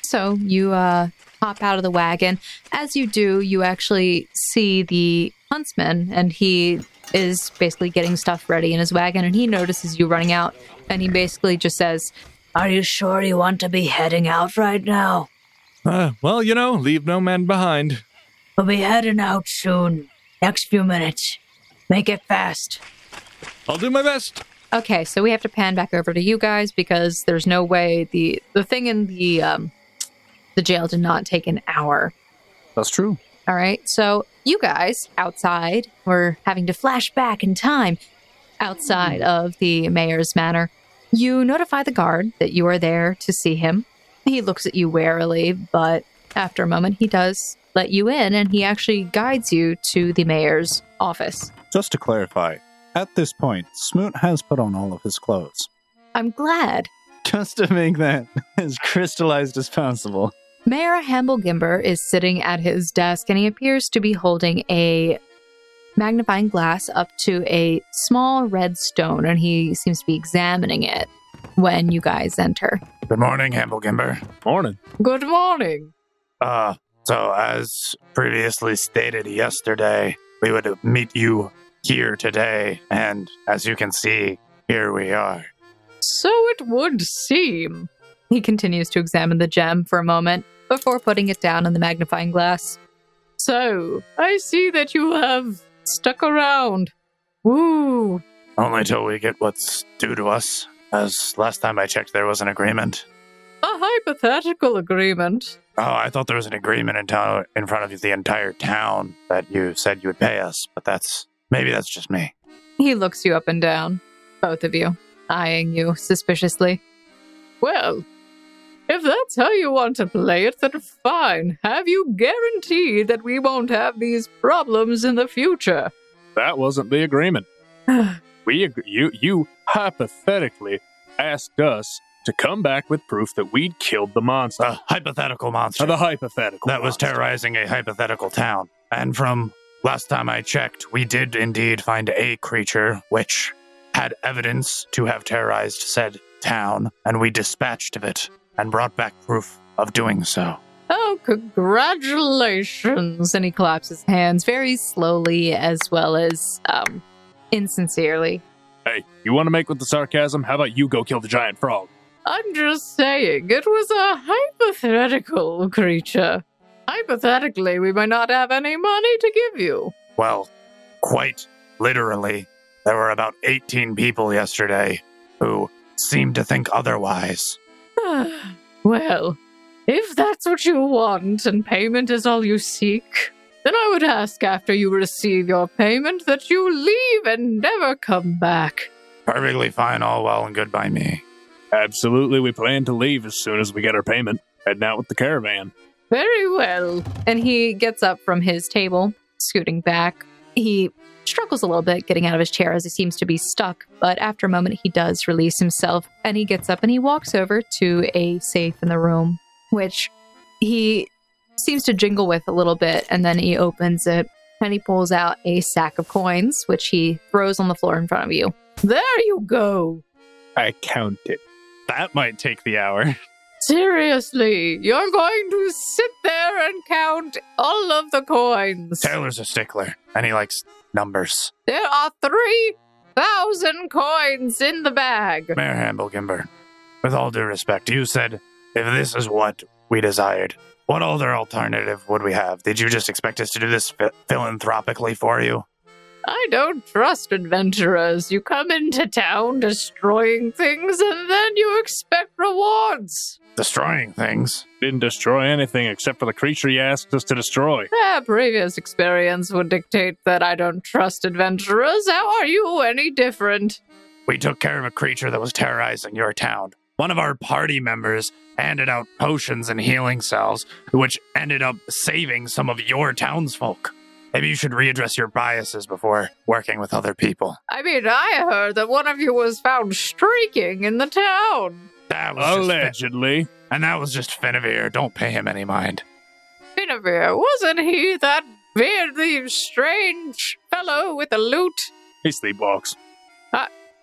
Speaker 2: So you uh, hop out of the wagon. As you do, you actually see the huntsman, and he is basically getting stuff ready in his wagon, and he notices you running out, and he basically just says,
Speaker 9: Are you sure you want to be heading out right now?
Speaker 3: Uh, well, you know, leave no man behind.
Speaker 9: We'll be heading out soon. Next few minutes. Make it fast.
Speaker 3: I'll do my best.
Speaker 2: Okay, so we have to pan back over to you guys because there's no way the the thing in the um, the jail did not take an hour.
Speaker 6: That's true.
Speaker 2: All right, so you guys outside were having to flash back in time outside of the mayor's manor. You notify the guard that you are there to see him. He looks at you warily, but after a moment, he does let you in and he actually guides you to the mayor's office.
Speaker 6: Just to clarify, at this point, Smoot has put on all of his clothes.
Speaker 2: I'm glad
Speaker 6: Just to make that as crystallized as possible.
Speaker 2: Mayor Hamble Gimber is sitting at his desk and he appears to be holding a magnifying glass up to a small red stone and he seems to be examining it when you guys enter.
Speaker 1: Good morning, Hamble Gimber.
Speaker 7: Morning.
Speaker 2: Good morning.
Speaker 1: Uh, so as previously stated yesterday, we would meet you here today, and as you can see, here we are.
Speaker 2: So it would seem. He continues to examine the gem for a moment before putting it down in the magnifying glass. So, I see that you have stuck around. Woo.
Speaker 1: Only till we get what's due to us. As last time I checked, there was an agreement.
Speaker 2: A hypothetical agreement.
Speaker 1: Oh, I thought there was an agreement in town in front of the entire town that you said you would pay us, but that's maybe that's just me.
Speaker 2: He looks you up and down, both of you, eyeing you suspiciously. Well, if that's how you want to play it, then fine. Have you guaranteed that we won't have these problems in the future?
Speaker 7: That wasn't the agreement. we ag- you you hypothetically asked us to come back with proof that we'd killed the monster.
Speaker 1: The hypothetical monster
Speaker 7: Uh, the hypothetical.
Speaker 1: that was
Speaker 7: monster.
Speaker 1: terrorizing a hypothetical town. And from last time I checked, we did indeed find a creature which had evidence to have terrorized said town, and we dispatched of it and brought back proof of doing so.
Speaker 2: Oh, congratulations! And he claps his hands very slowly as well as um, insincerely.
Speaker 7: Hey, you want to make with the sarcasm? How about you go kill the giant frog?
Speaker 2: I'm just saying, it was a hypothetical creature. Hypothetically, we might not have any money to give you.
Speaker 1: Well, quite literally, there were about 18 people yesterday who seemed to think otherwise.
Speaker 2: well, if that's what you want and payment is all you seek, then I would ask after you receive your payment that you leave and never come back.
Speaker 1: Perfectly fine, all well and good by me.
Speaker 7: Absolutely, we plan to leave as soon as we get our payment. Heading out with the caravan.
Speaker 2: Very well. And he gets up from his table, scooting back. He struggles a little bit getting out of his chair as he seems to be stuck, but after a moment, he does release himself and he gets up and he walks over to a safe in the room, which he seems to jingle with a little bit. And then he opens it and he pulls out a sack of coins, which he throws on the floor in front of you. There you go.
Speaker 5: I count it.
Speaker 6: That might take the hour.
Speaker 2: Seriously, you're going to sit there and count all of the coins.
Speaker 1: Taylor's a stickler, and he likes numbers.
Speaker 2: There are three thousand coins in the bag.
Speaker 1: Mayor Hamblegimber, with all due respect, you said if this is what we desired, what other alternative would we have? Did you just expect us to do this ph- philanthropically for you?
Speaker 2: I don't trust adventurers. You come into town destroying things and then you expect rewards.
Speaker 1: Destroying things?
Speaker 7: Didn't destroy anything except for the creature you asked us to destroy.
Speaker 2: Ah, previous experience would dictate that I don't trust adventurers. How are you any different?
Speaker 1: We took care of a creature that was terrorizing your town. One of our party members handed out potions and healing cells, which ended up saving some of your townsfolk. Maybe you should readdress your biases before working with other people.
Speaker 2: I mean, I heard that one of you was found streaking in the town.
Speaker 1: That was just Fin-
Speaker 7: Allegedly.
Speaker 1: and that was just Finavir. Don't pay him any mind.
Speaker 2: Finavir, wasn't he that weirdly strange fellow with the loot Uh,
Speaker 7: He sleepwalks.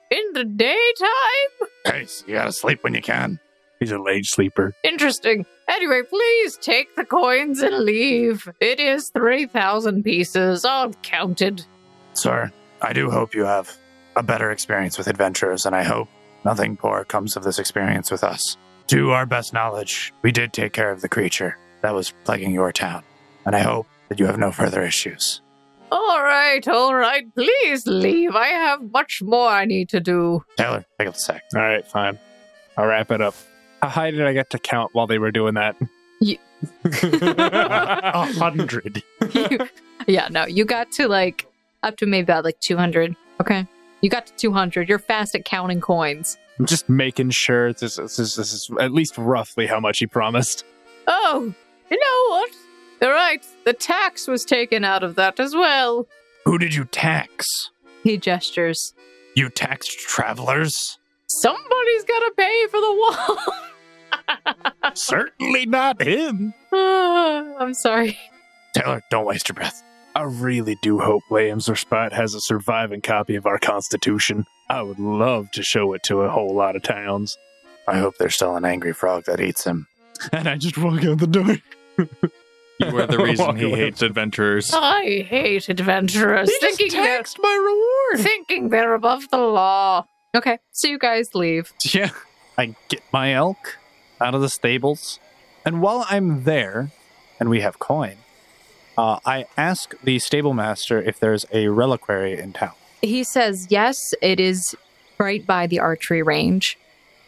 Speaker 2: in the daytime?
Speaker 1: Hey, so you gotta sleep when you can.
Speaker 7: He's a late sleeper.
Speaker 2: Interesting. Anyway, please take the coins and leave. It is 3,000 pieces, all counted.
Speaker 1: Sir, I do hope you have a better experience with adventurers, and I hope nothing poor comes of this experience with us. To our best knowledge, we did take care of the creature that was plaguing your town, and I hope that you have no further issues.
Speaker 2: All right, all right, please leave. I have much more I need to do.
Speaker 1: Taylor, pick up the sack.
Speaker 7: All right, fine. I'll wrap it up. How high did I get to count while they were doing that?
Speaker 2: Ye-
Speaker 8: A hundred.
Speaker 2: You- yeah, no, you got to like up to maybe about like 200. Okay. You got to 200. You're fast at counting coins.
Speaker 7: I'm just making sure this, this, is this is at least roughly how much he promised.
Speaker 2: Oh, you know what? You're right. The tax was taken out of that as well.
Speaker 1: Who did you tax?
Speaker 2: He gestures.
Speaker 1: You taxed travelers?
Speaker 2: Somebody's got to pay for the wall.
Speaker 7: Certainly not him.
Speaker 2: Ah, I'm sorry.
Speaker 1: Taylor, don't waste your breath.
Speaker 7: I really do hope Williams or Spot has a surviving copy of our Constitution. I would love to show it to a whole lot of towns.
Speaker 1: I hope there's still an angry frog that eats him.
Speaker 5: And I just walk out the door.
Speaker 3: You were the reason
Speaker 5: Walk
Speaker 3: he
Speaker 5: away.
Speaker 3: hates
Speaker 9: Oh,
Speaker 3: adventurers.
Speaker 2: I hate adventurers. thinking they're, my reward. Thinking they're above the law. Okay, so you guys leave.
Speaker 6: Yeah. I get my elk out of the stables. And while I'm there, and we have coin, uh, I ask the stable master if there's a reliquary in town.
Speaker 2: He says, yes, it is right by the archery range.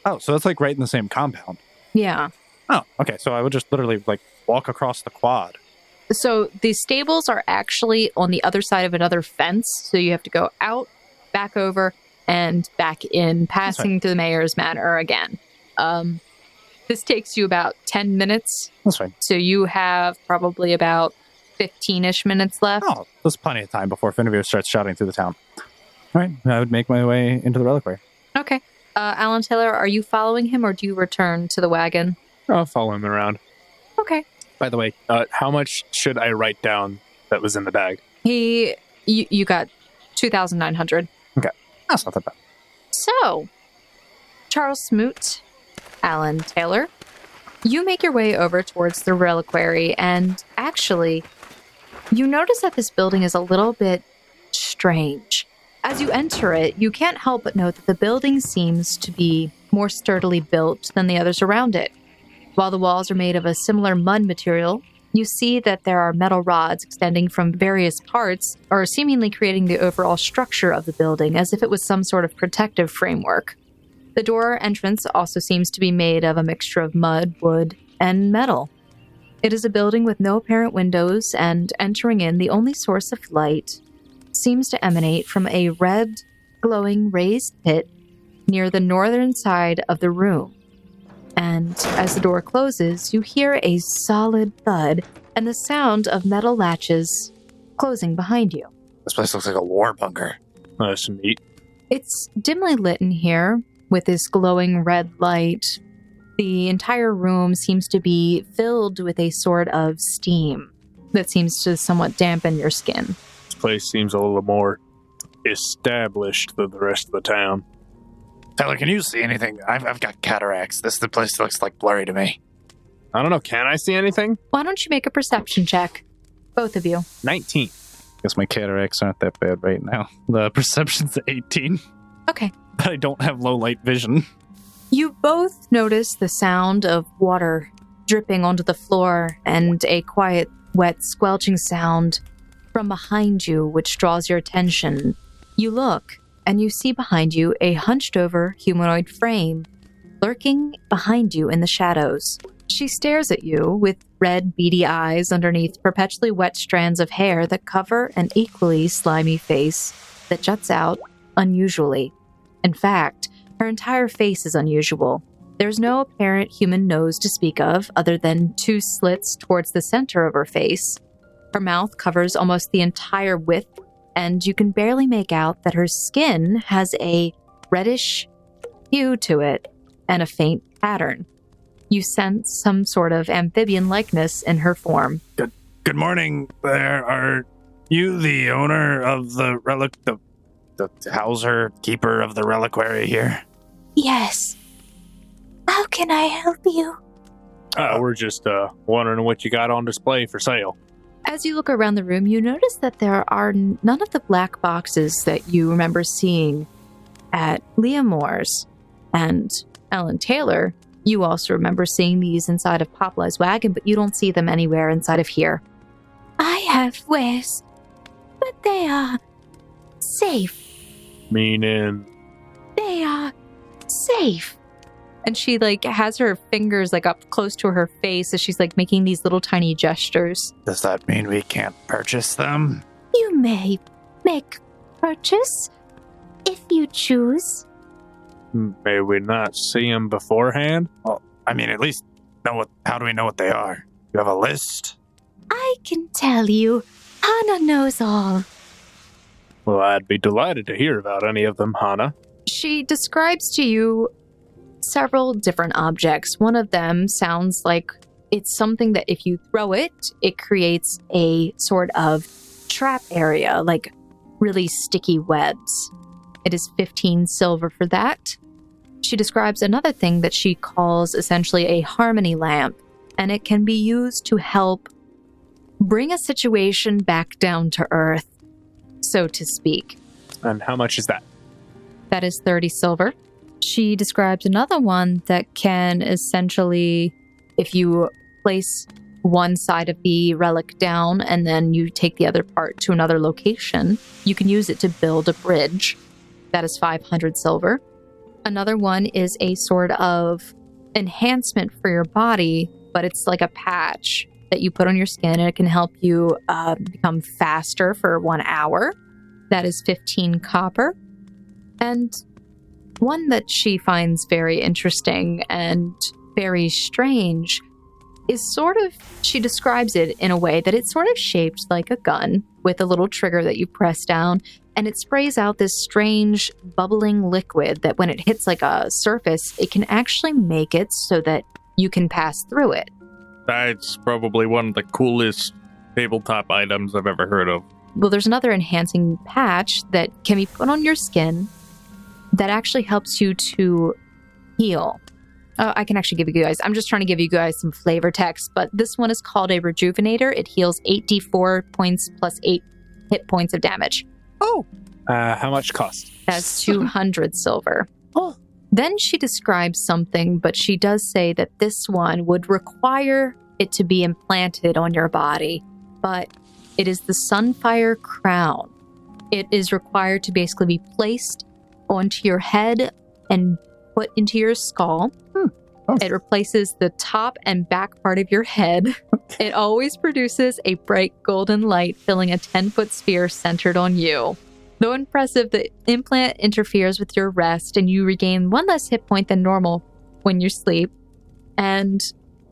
Speaker 6: Oh, so that's like right in the same compound.
Speaker 2: Yeah.
Speaker 6: Oh, okay. So I would just literally like walk across the quad.
Speaker 2: So the stables are actually on the other side of another fence. So you have to go out, back over, and back in, passing through the mayor's manor again. Um, this takes you about 10 minutes.
Speaker 6: That's fine.
Speaker 2: So you have probably about 15 ish minutes left.
Speaker 6: Oh, there's plenty of time before Finavir starts shouting through the town. All right, I would make my way into the reliquary.
Speaker 2: Okay. Uh, Alan Taylor, are you following him or do you return to the wagon?
Speaker 7: I'll follow him around.
Speaker 2: Okay.
Speaker 7: By the way, uh, how much should I write down that was in the bag?
Speaker 2: He, you, you got 2,900.
Speaker 6: That's not that bad.
Speaker 2: So, Charles Smoot, Alan Taylor, you make your way over towards the reliquary, and actually, you notice that this building is a little bit strange. As you enter it, you can't help but note that the building seems to be more sturdily built than the others around it. While the walls are made of a similar mud material, you see that there are metal rods extending from various parts, or seemingly creating the overall structure of the building as if it was some sort of protective framework. The door entrance also seems to be made of a mixture of mud, wood, and metal. It is a building with no apparent windows, and entering in, the only source of light seems to emanate from a red, glowing raised pit near the northern side of the room. And as the door closes, you hear a solid thud and the sound of metal latches closing behind you.
Speaker 1: This place looks like a war bunker.
Speaker 7: That's neat.
Speaker 2: It's dimly lit in here with this glowing red light. The entire room seems to be filled with a sort of steam that seems to somewhat dampen your skin.
Speaker 7: This place seems a little more established than the rest of the town.
Speaker 1: Taylor, can you see anything? I've, I've got cataracts. This the place looks like blurry to me.
Speaker 7: I don't know. Can I see anything?
Speaker 2: Why don't you make a perception check? Both of you.
Speaker 7: 19.
Speaker 6: guess my cataracts aren't that bad right now. The perception's 18,
Speaker 2: Okay.
Speaker 6: but I don't have low light vision.
Speaker 2: You both notice the sound of water dripping onto the floor and a quiet, wet, squelching sound from behind you, which draws your attention. You look and you see behind you a hunched over humanoid frame lurking behind you in the shadows. She stares at you with red, beady eyes underneath perpetually wet strands of hair that cover an equally slimy face that juts out unusually. In fact, her entire face is unusual. There's no apparent human nose to speak of, other than two slits towards the center of her face. Her mouth covers almost the entire width, and you can barely make out that her skin has a reddish hue to it and a faint pattern. You sense some sort of amphibian likeness in her form.
Speaker 1: Good morning. There are you the owner of the relic, the, the Hauser keeper of the reliquary here?
Speaker 9: Yes. How can I help you?
Speaker 1: Uh,
Speaker 7: we're just uh, wondering what you got on display for sale.
Speaker 2: As you look around the room, you notice that there are n- none of the black boxes that you remember seeing at Leah Moore's and Ellen Taylor. You also remember seeing these inside of Popla's wagon, but you don't see them anywhere inside of here.
Speaker 9: I have wares, but they are safe.
Speaker 7: Meaning,
Speaker 9: They are safe.
Speaker 2: And she like has her fingers like up close to her face as she's like making these little tiny gestures.
Speaker 1: Does that mean we can't purchase them?
Speaker 9: You may make purchase if you choose.
Speaker 7: hmm, may we not see him beforehand?
Speaker 1: I mean, at least know what. How do we know what they are? You have a list.
Speaker 9: I can tell you, Hana knows all.
Speaker 7: Well, I'd be delighted to hear about any of them, Hana.
Speaker 2: She describes to you several different objects. One of them sounds like it's something that if you throw it, it creates a sort of trap area, like really sticky webs. It is 15 silver for that. She describes another thing that she calls essentially a harmony lamp, and it can be used to help bring a situation back down to earth, so to speak.
Speaker 7: And how much is that?
Speaker 2: That is 30 silver. She describes another one that can essentially, if you place one side of the relic down and then you take the other part to another location, you can use it to build a bridge. That is 500 silver. Another one is a sort of enhancement for your body, but it's like a patch that you put on your skin and it can help you uh, become faster for one hour. That is 15 copper. And one that she finds very interesting and very strange is sort of, she describes it in a way that it's sort of shaped like a gun with a little trigger that you press down and it sprays out this strange bubbling liquid that when it hits like a surface, it can actually make it so that you can pass through it.
Speaker 3: That's probably one of the coolest tabletop items I've ever heard of.
Speaker 2: Well, there's another enhancing patch that can be put on your skin that actually helps you to heal. Uh, I can actually give you guys, I'm just trying to give you guys some flavor text, but this one is called a rejuvenator. It heals 8d4 points plus 8 hit points of damage.
Speaker 7: Uh, how much cost?
Speaker 2: That's 200 silver. Then she describes something, but she does say that this one would require it to be implanted on your body. But it is the Sunfire Crown. It is required to basically be placed onto your head and put into your skull.
Speaker 6: Oh.
Speaker 2: It replaces the top and back part of your head. It always produces a bright golden light, filling a 10 foot sphere centered on you. Though impressive, the implant interferes with your rest and you regain one less hit point than normal when you sleep. And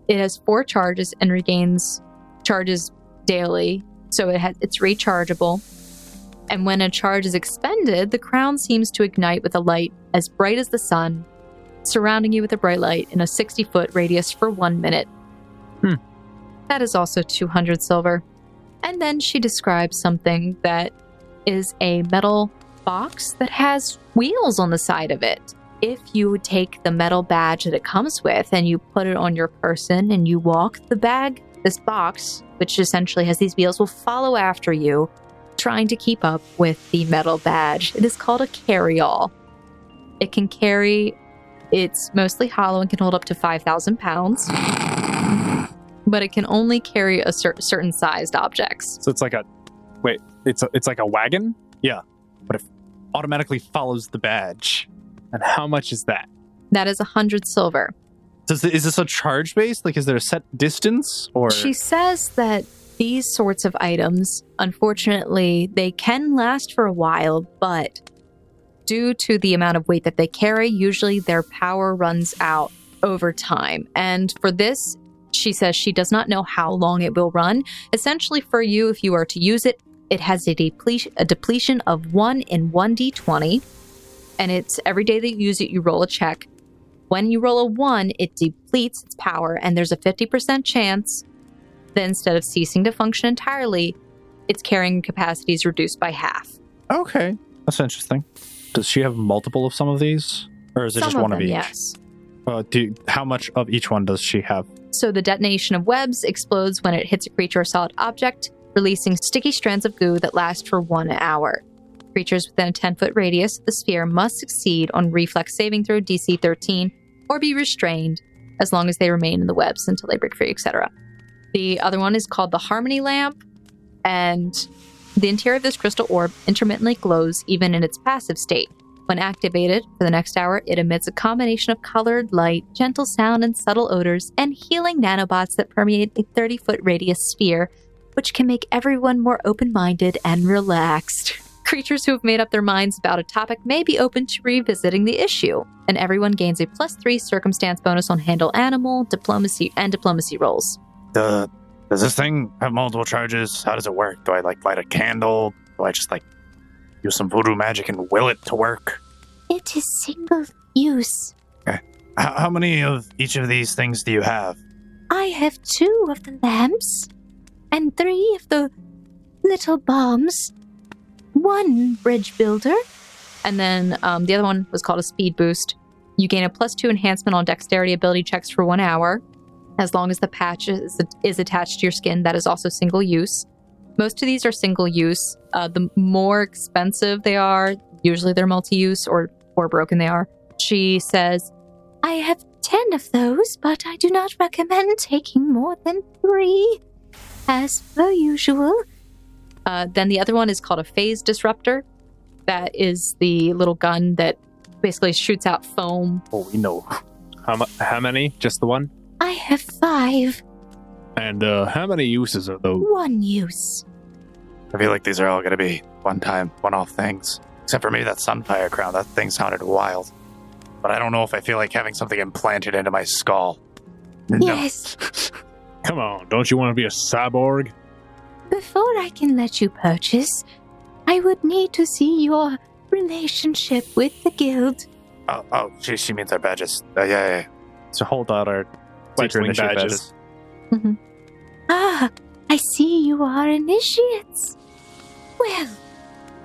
Speaker 2: it has four charges and regains charges daily, so it has it's rechargeable. And when a charge is expended, the crown seems to ignite with a light as bright as the sun, surrounding you with a bright light in a 60 foot radius for one minute.
Speaker 7: Hmm.
Speaker 2: That is also 200 silver. And then she describes something that is a metal box that has wheels on the side of it. If you take the metal badge that it comes with and you put it on your person and you walk, the bag, this box, which essentially has these wheels, will follow after you trying to keep up with the metal badge. It is called a carryall. It can carry, it's mostly hollow and can hold up to 5,000 pounds, but it can only carry a cer- certain sized objects.
Speaker 7: So it's like a wait. It's a, it's like a wagon.
Speaker 5: Automatically follows the badge.
Speaker 7: And how much is that?
Speaker 2: That is 100 silver.
Speaker 6: Does the, is this a charge base? Like, is there a set distance or?
Speaker 2: She says that these sorts of items, unfortunately, they can last for a while, but due to the amount of weight that they carry, usually their power runs out over time. And for this, she says she does not know how long it will run. Essentially, for you, if you are to use it, it has a depletion, a depletion of 1 in 1d20. And it's every day that you use it, you roll a check. When you roll a 1, it depletes its power, and there's a 50% chance that instead of ceasing to function entirely, its carrying capacity is reduced by half.
Speaker 6: Okay, that's interesting. Does she have multiple of some of these, or is it
Speaker 2: Some
Speaker 6: just one
Speaker 2: them,
Speaker 6: of each?
Speaker 2: Yes.
Speaker 6: Uh, do, how much of each one does she have?
Speaker 2: So the detonation of webs explodes when it hits a creature or solid object, releasing sticky strands of goo that last for one hour. Creatures within a 10 foot radius of the sphere must succeed on reflex saving throw DC 13 or be restrained as long as they remain in the webs until they break free, etc. The other one is called the Harmony Lamp, and the interior of this crystal orb intermittently glows even in its passive state. When activated for the next hour, it emits a combination of colored light, gentle sound, and subtle odors, and healing nanobots that permeate a 30 foot radius sphere, which can make everyone more open minded and relaxed. Creatures who have made up their minds about a topic may be open to revisiting the issue, and everyone gains a plus three circumstance bonus on handle animal, diplomacy, and diplomacy rolls.
Speaker 1: Duh. Does this thing have multiple charges? How does it work? Do I like light a candle? Do I just like use some voodoo magic and will it to work?
Speaker 9: It is single use.
Speaker 1: How, how many of each of these things do you have?
Speaker 9: I have two of the lamps and three of the little bombs. One bridge builder.
Speaker 2: And then um, the other one was called a speed boost. You gain a plus two enhancement on dexterity ability checks for one hour, as long as the patch is, is attached to your skin. That is also single use. Most of these are single use. Uh, the more expensive they are, usually they're multi use or, or broken they are. She says,
Speaker 9: I have ten of those, but I do not recommend taking more than three. As per usual,
Speaker 2: Uh, then the other one is called a phase disruptor. That is the little gun that basically shoots out foam.
Speaker 5: Oh, we know.
Speaker 7: How mu- how many? Just the one.
Speaker 9: I have five.
Speaker 5: And uh, how many uses are those?
Speaker 9: One use.
Speaker 1: I feel like these are all gonna be one time, one off things. Except for maybe that Sunfire crown. That thing sounded wild. But I don't know if I feel like having something implanted into my skull. No.
Speaker 9: Yes.
Speaker 5: Come on, don't you want to be a cyborg?
Speaker 9: Before I can let you purchase, I would need to see your relationship with the guild.
Speaker 1: Oh, oh she, she means our badges. Uh, yeah, yeah, yeah.
Speaker 6: So hold out our secret
Speaker 7: Fledgling
Speaker 6: initiative
Speaker 7: badges.
Speaker 6: badges.
Speaker 9: Ah, I see you are initiates. Well,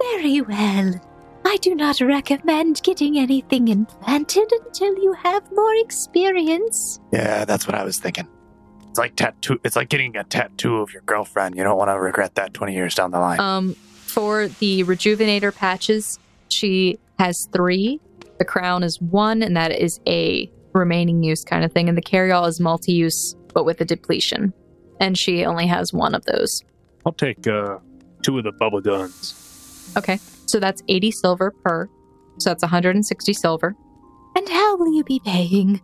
Speaker 9: very well. I do not recommend getting anything implanted until you have more experience.
Speaker 1: Yeah, that's what I was thinking. It's like tattoo. It's like getting a tattoo of your girlfriend. You don't want to regret that twenty years down the line.
Speaker 2: Um, for the rejuvenator patches, she has three. The crown is one, and that is a remaining use kind of thing. And the carryall is multi use, but with a depletion. And she only has one of those.
Speaker 5: I'll take uh, two of the bubble guns.
Speaker 2: Okay. So that's 80 silver per. So that's 160 silver.
Speaker 9: And how will you be paying?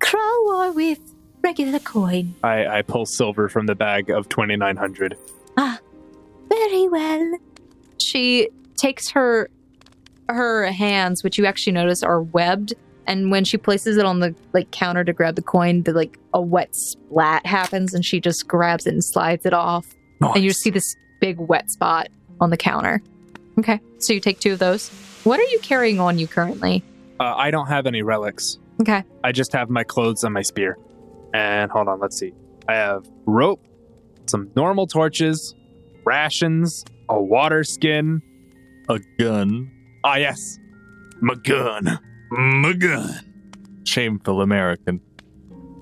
Speaker 9: Crow or with regular coin?
Speaker 7: I I pull silver from the bag of twenty nine hundred.
Speaker 9: Very well.
Speaker 2: she takes her her hands which you actually notice are webbed and when she places it on the like counter to grab the coin the like a wet splat happens and she just grabs it and slides it off and you see this big wet spot on the counter okay so you take two of those what are you carrying on you currently
Speaker 7: Uh, I don't have any relics.
Speaker 2: okay
Speaker 7: I just have my clothes and my spear. And hold on, let's see. I have rope, some normal torches, rations, a water skin.
Speaker 3: A gun.
Speaker 7: Ah, yes.
Speaker 5: My gun. My gun.
Speaker 3: Shameful American.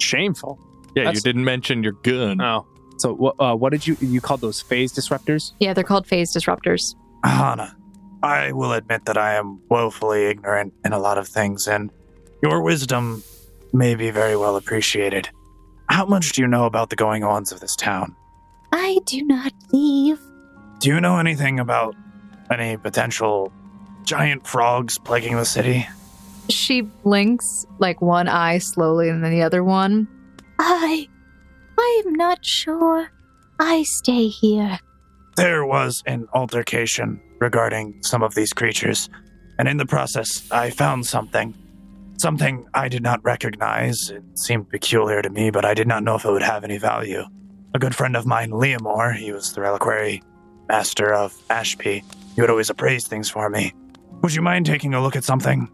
Speaker 7: Shameful.
Speaker 3: Yeah,
Speaker 7: That's-
Speaker 3: you didn't mention your gun.
Speaker 7: Oh,
Speaker 10: So wha- uh, what did you you called those phase disruptors?
Speaker 2: Yeah, they're called phase disruptors.
Speaker 1: Hana, I will admit that I am woefully ignorant in a lot of things, and your wisdom may be very well appreciated. How much do you know about the going ons of this town?
Speaker 9: I do not leave.
Speaker 1: Do you know anything about any potential giant frogs plaguing the city?
Speaker 2: She blinks like one eye slowly and then the other one.
Speaker 9: I. I'm not sure. I stay here.
Speaker 1: There was an altercation regarding some of these creatures, and in the process, I found something. Something I did not recognize. It seemed peculiar to me, but I did not know if it would have any value. A good friend of mine, Leomore, he was the reliquary master of Ashby. He would always appraise things for me. Would you mind taking a look at something?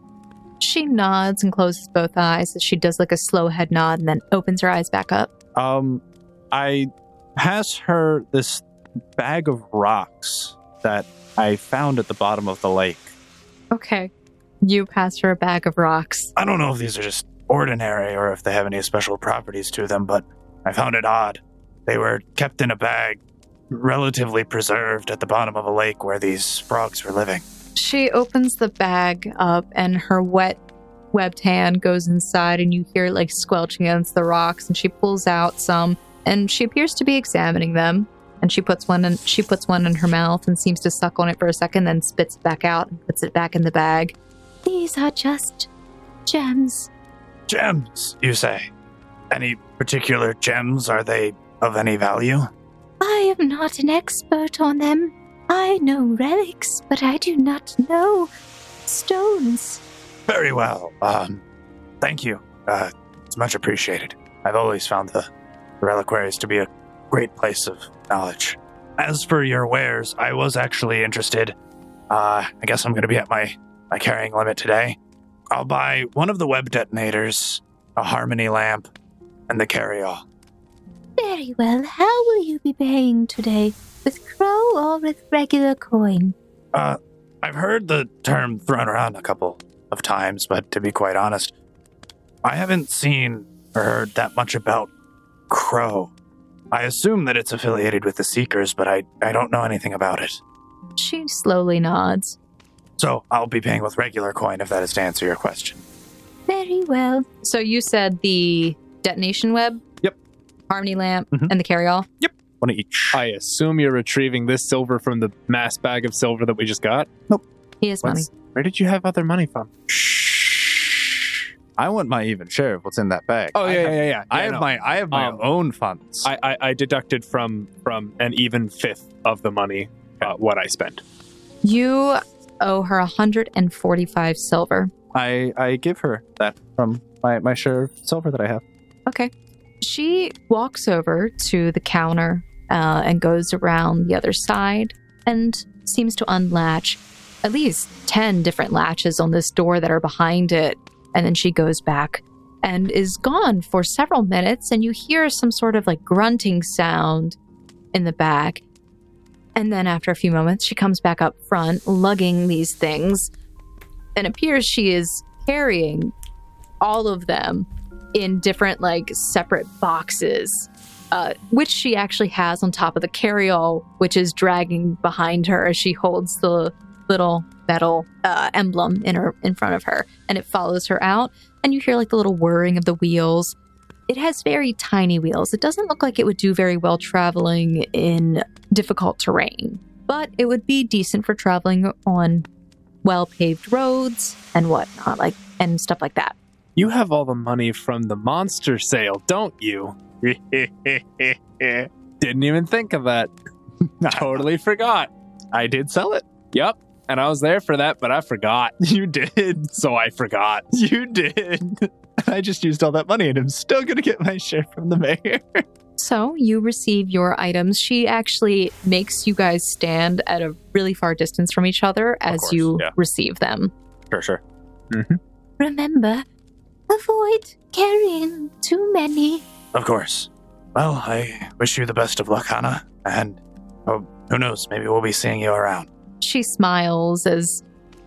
Speaker 2: She nods and closes both eyes as she does like a slow head nod and then opens her eyes back up.
Speaker 6: Um, I pass her this bag of rocks that I found at the bottom of the lake.
Speaker 2: Okay. You pass her a bag of rocks.
Speaker 1: I don't know if these are just ordinary or if they have any special properties to them, but I found it odd. They were kept in a bag, relatively preserved at the bottom of a lake where these frogs were living.
Speaker 2: She opens the bag up and her wet, webbed hand goes inside, and you hear it like squelching against the rocks. And she pulls out some, and she appears to be examining them. And she puts one in she puts one in her mouth and seems to suck on it for a second, then spits it back out and puts it back in the bag.
Speaker 9: These are just gems.
Speaker 1: Gems, you say? Any particular gems? Are they of any value?
Speaker 9: I am not an expert on them. I know relics, but I do not know stones.
Speaker 1: Very well. Um, thank you. Uh, it's much appreciated. I've always found the reliquaries to be a great place of knowledge. As for your wares, I was actually interested. Uh, I guess I'm going to be at my, my carrying limit today. I'll buy one of the web detonators, a harmony lamp, and the carryall.
Speaker 9: Very well. How will you be paying today? With crow or with regular coin?
Speaker 1: Uh, I've heard the term thrown around a couple of times, but to be quite honest, I haven't seen or heard that much about Crow. I assume that it's affiliated with the Seekers, but I, I don't know anything about it.
Speaker 2: She slowly nods.
Speaker 1: So I'll be paying with regular coin if that is to answer your question.
Speaker 9: Very well.
Speaker 2: So you said the detonation web?
Speaker 6: Yep.
Speaker 2: Harmony lamp
Speaker 6: Mhm.
Speaker 2: and the carryall.
Speaker 6: One of each.
Speaker 7: I assume you're retrieving this silver from the mass bag of silver that we just got.
Speaker 2: He is money.
Speaker 7: What's- Where did you have other money from?
Speaker 6: I want my even share of what's in that bag.
Speaker 7: Oh
Speaker 6: I
Speaker 7: yeah,
Speaker 6: have,
Speaker 7: yeah, yeah. yeah.
Speaker 6: I
Speaker 7: Yeah,
Speaker 6: have
Speaker 7: no.
Speaker 6: my I have my
Speaker 7: Um,
Speaker 6: own funds.
Speaker 7: I, I, I deducted from from an even fifth of the money uh, what I spent.
Speaker 2: You owe her 145 silver.
Speaker 6: I I give her that from my, my share of silver that I have.
Speaker 2: Okay. She walks over to the counter uh, and goes around the other side and seems to unlatch at least 10 different latches on this door that are behind it. And then she goes back and is gone for several minutes. And you hear some sort of like grunting sound in the back. And then after a few moments, she comes back up front, lugging these things and appears she is carrying all of them in different like separate boxes uh, which she actually has on top of the carryall which is dragging behind her as she holds the little metal uh, emblem in her in front of her and it follows her out and you hear like the little whirring of the wheels it has very tiny wheels it doesn't look like it would do very well traveling in difficult terrain but it would be decent for traveling on well paved roads and whatnot like and stuff like that
Speaker 7: You have all the money from the monster sale, don't you? Didn't even think of that. totally forgot.
Speaker 6: I did sell it.
Speaker 7: Yep. And I was there for that, but I forgot.
Speaker 6: You did.
Speaker 7: So I forgot.
Speaker 6: You did. I just used all that money and I'm still gonna get my share from the mayor.
Speaker 2: So you receive your items. She actually makes you guys stand at a really far distance from each other as
Speaker 6: course,
Speaker 2: you
Speaker 6: yeah.
Speaker 2: receive them.
Speaker 6: Sure, sure.
Speaker 9: Remember, avoid carrying too many.
Speaker 1: Of course. Well, I wish you the best of luck, Hana, and oh, who knows, maybe we'll be seeing you around.
Speaker 2: She smiles as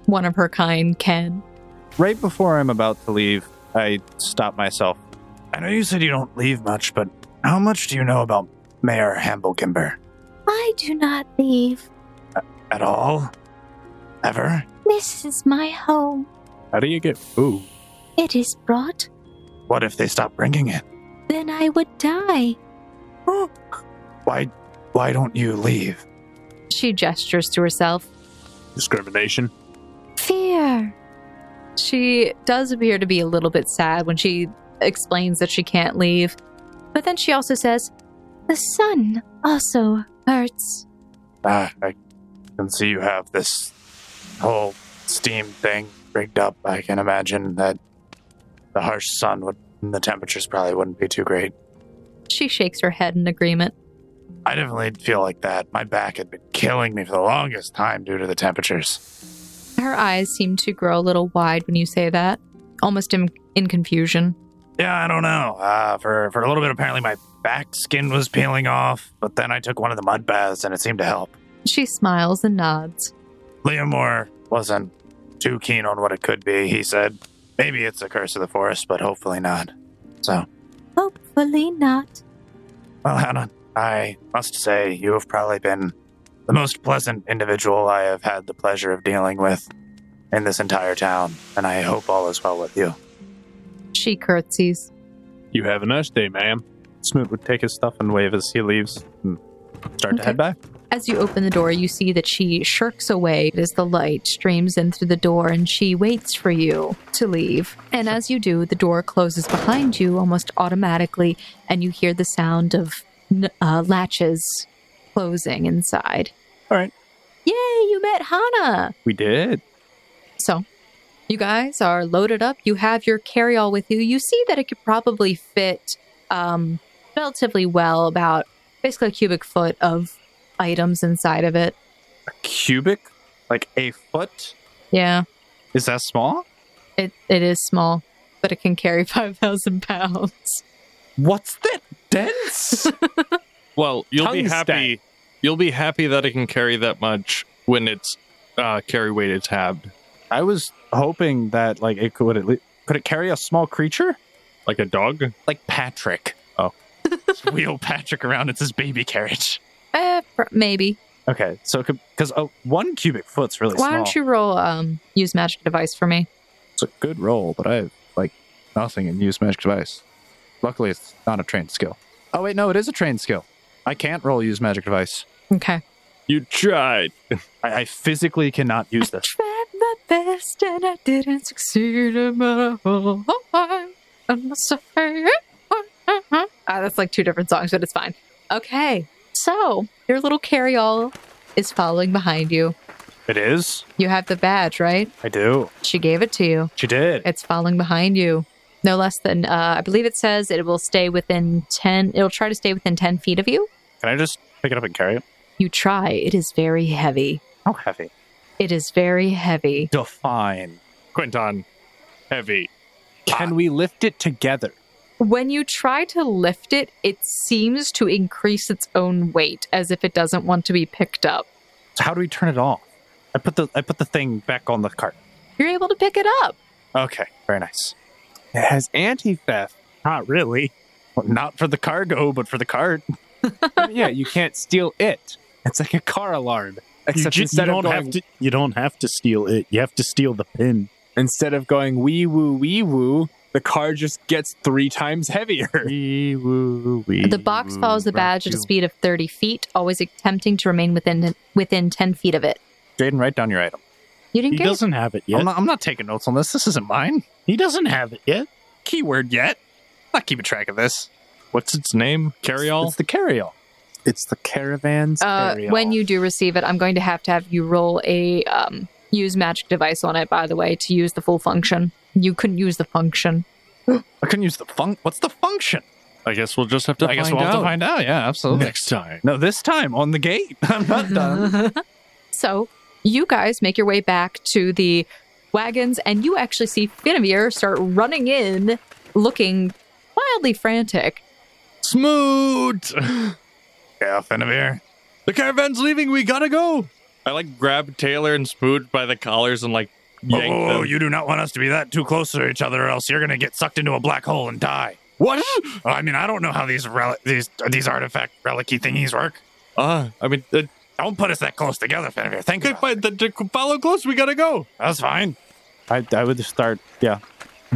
Speaker 2: one of her kind can.
Speaker 6: Right before I'm about to leave, I stop myself.
Speaker 1: I know you said you don't leave much, but how much do you know about Mayor Hambelkimber?
Speaker 11: I do not leave.
Speaker 1: At all? Ever?
Speaker 11: This is my home.
Speaker 5: How do you get food?
Speaker 11: It is brought.
Speaker 1: What if they stop bringing it?
Speaker 11: Then I would die.
Speaker 1: Why, why don't you leave?
Speaker 2: She gestures to herself.
Speaker 5: Discrimination.
Speaker 11: Fear.
Speaker 2: She does appear to be a little bit sad when she explains that she can't leave. But then she also says,
Speaker 11: The sun also hurts.
Speaker 1: Ah, I can see you have this whole steam thing rigged up. I can imagine that the harsh sun would, and the temperatures probably wouldn't be too great.
Speaker 2: She shakes her head in agreement.
Speaker 1: I definitely feel like that. My back had been killing me for the longest time due to the temperatures.
Speaker 2: Her eyes seem to grow a little wide when you say that, almost in, in confusion.
Speaker 1: Yeah, I don't know. Uh, for for a little bit, apparently my back skin was peeling off, but then I took one of the mud baths and it seemed to help.
Speaker 2: She smiles and nods.
Speaker 1: Leomore wasn't too keen on what it could be. He said maybe it's a curse of the forest, but hopefully not. So,
Speaker 11: Hopefully not.
Speaker 1: well, Hannah, I must say you have probably been the most pleasant individual I have had the pleasure of dealing with in this entire town, and I hope all is well with you.
Speaker 2: She curtsies.
Speaker 5: You have a nice day, ma'am.
Speaker 6: Smoot would take his stuff and wave as he leaves and start to
Speaker 2: Okay.
Speaker 6: head back.
Speaker 2: As you open the door, you see that she shirks away as the light streams in through the door and she waits for you to leave. And as you do, the door closes behind you almost automatically, and you hear the sound of n- uh, latches closing inside.
Speaker 6: All right.
Speaker 2: Yay, you met Hana!
Speaker 6: We did.
Speaker 2: So, you guys are loaded up. You have your carryall with you. You see that it could probably fit um, relatively well about basically a cubic foot of items inside of it.
Speaker 6: Cubic? Like a foot?
Speaker 2: Yeah,
Speaker 6: Is that small?
Speaker 2: it, it is small, but it can carry 5,000 pounds.
Speaker 6: What's that dense?
Speaker 3: Well, you'll be
Speaker 6: Tungsten.
Speaker 3: happy. You'll be happy that it can carry that much when it's uh, carry weighted tabbed,
Speaker 6: I was hoping that like it could at least could it carry a small creature
Speaker 3: like a dog.
Speaker 6: like Oh. Patrick.
Speaker 1: Wheel Patrick around. It's his baby carriage.
Speaker 2: Eh, pr- maybe.
Speaker 6: Okay, so because uh, one cubic foot's really
Speaker 2: Why
Speaker 6: small.
Speaker 2: don't you roll um, use magic device for me?
Speaker 6: It's a good roll, but I have like nothing in use magic device. Luckily, it's not a trained skill. Oh wait, no, it is a trained skill. I can't roll use magic device.
Speaker 2: Okay.
Speaker 3: You tried.
Speaker 6: I, I physically cannot use this.
Speaker 2: Tried my best and I didn't succeed in my whole life. I'm sorry. Ah, that's like two different songs, but it's fine. Okay. So your little carryall is following behind you.
Speaker 6: It is.
Speaker 2: You have the badge, right?
Speaker 6: I do.
Speaker 2: She gave it to you.
Speaker 6: She did.
Speaker 2: It's following behind you. No less than, uh, I believe it says it will stay within 10, it'll try to stay within 10 feet of you.
Speaker 6: Can I just pick it up and carry it?
Speaker 2: You try. It is very heavy.
Speaker 6: How heavy?
Speaker 2: It is very heavy.
Speaker 6: Define.
Speaker 3: Quinton, heavy.
Speaker 10: Can we lift it together?
Speaker 2: When you try to lift it, it seems to increase its own weight as if it doesn't want to be picked up.
Speaker 6: So how do we turn it off? I put the I put the thing back on the cart.
Speaker 2: You're able to pick it up.
Speaker 6: Okay, very nice.
Speaker 10: It has anti theft.
Speaker 4: Not really.
Speaker 6: Well, not for the cargo, but for the cart.
Speaker 10: yeah, you can't steal it. It's like a car alarm.
Speaker 8: You,
Speaker 10: Except
Speaker 8: ju- you
Speaker 10: instead of
Speaker 8: don't
Speaker 10: going,
Speaker 8: have to. You don't have to steal it. You have to steal the pin.
Speaker 10: instead of going wee woo wee woo, the car just gets three times heavier.
Speaker 2: The box follows the badge at a speed of 30 feet, always attempting to remain within within 10 feet of it.
Speaker 6: Jaden, write down your item.
Speaker 2: You didn't
Speaker 8: He
Speaker 2: get it.
Speaker 8: doesn't have it
Speaker 6: I'm
Speaker 8: yet.
Speaker 6: not, I'm not taking notes on this. This isn't mine.
Speaker 8: He doesn't have it yet.
Speaker 6: Keyword yet. I'm not keeping track of this.
Speaker 3: What's its name? Carry all.
Speaker 6: It's the carryall.
Speaker 10: It's the caravan's
Speaker 2: Uh, when you do receive it, I'm going to have to have you roll a um, use magic device on it, by the way, to use the full function. You couldn't use the function.
Speaker 6: I couldn't use the fun. What's the function?
Speaker 3: I guess we'll just have to.
Speaker 6: I guess
Speaker 3: find
Speaker 6: we'll
Speaker 3: out.
Speaker 6: have to find out. Yeah, absolutely.
Speaker 3: next time.
Speaker 6: No, this time on the gate. I'm not done.
Speaker 2: So you guys make your way back to the wagons, and you actually see Finnevere start running in, looking wildly frantic.
Speaker 3: Smoot.
Speaker 1: Yeah, Finnevere.
Speaker 3: The caravan's leaving. We gotta go. I like grab Taylor and Smoot by the collars and like yank
Speaker 1: Oh,
Speaker 3: them.
Speaker 1: you do not want us to be that too close to each other, or else you're going to get sucked into a black hole and die. What? I mean, I don't know how these rel- these these artifact relicy thingies work.
Speaker 3: Uh, I mean, uh,
Speaker 1: don't put us that close together, Fenrir. Think about
Speaker 3: But the, the- follow close. We gotta go.
Speaker 1: it. That's fine.
Speaker 6: I, I would start, yeah,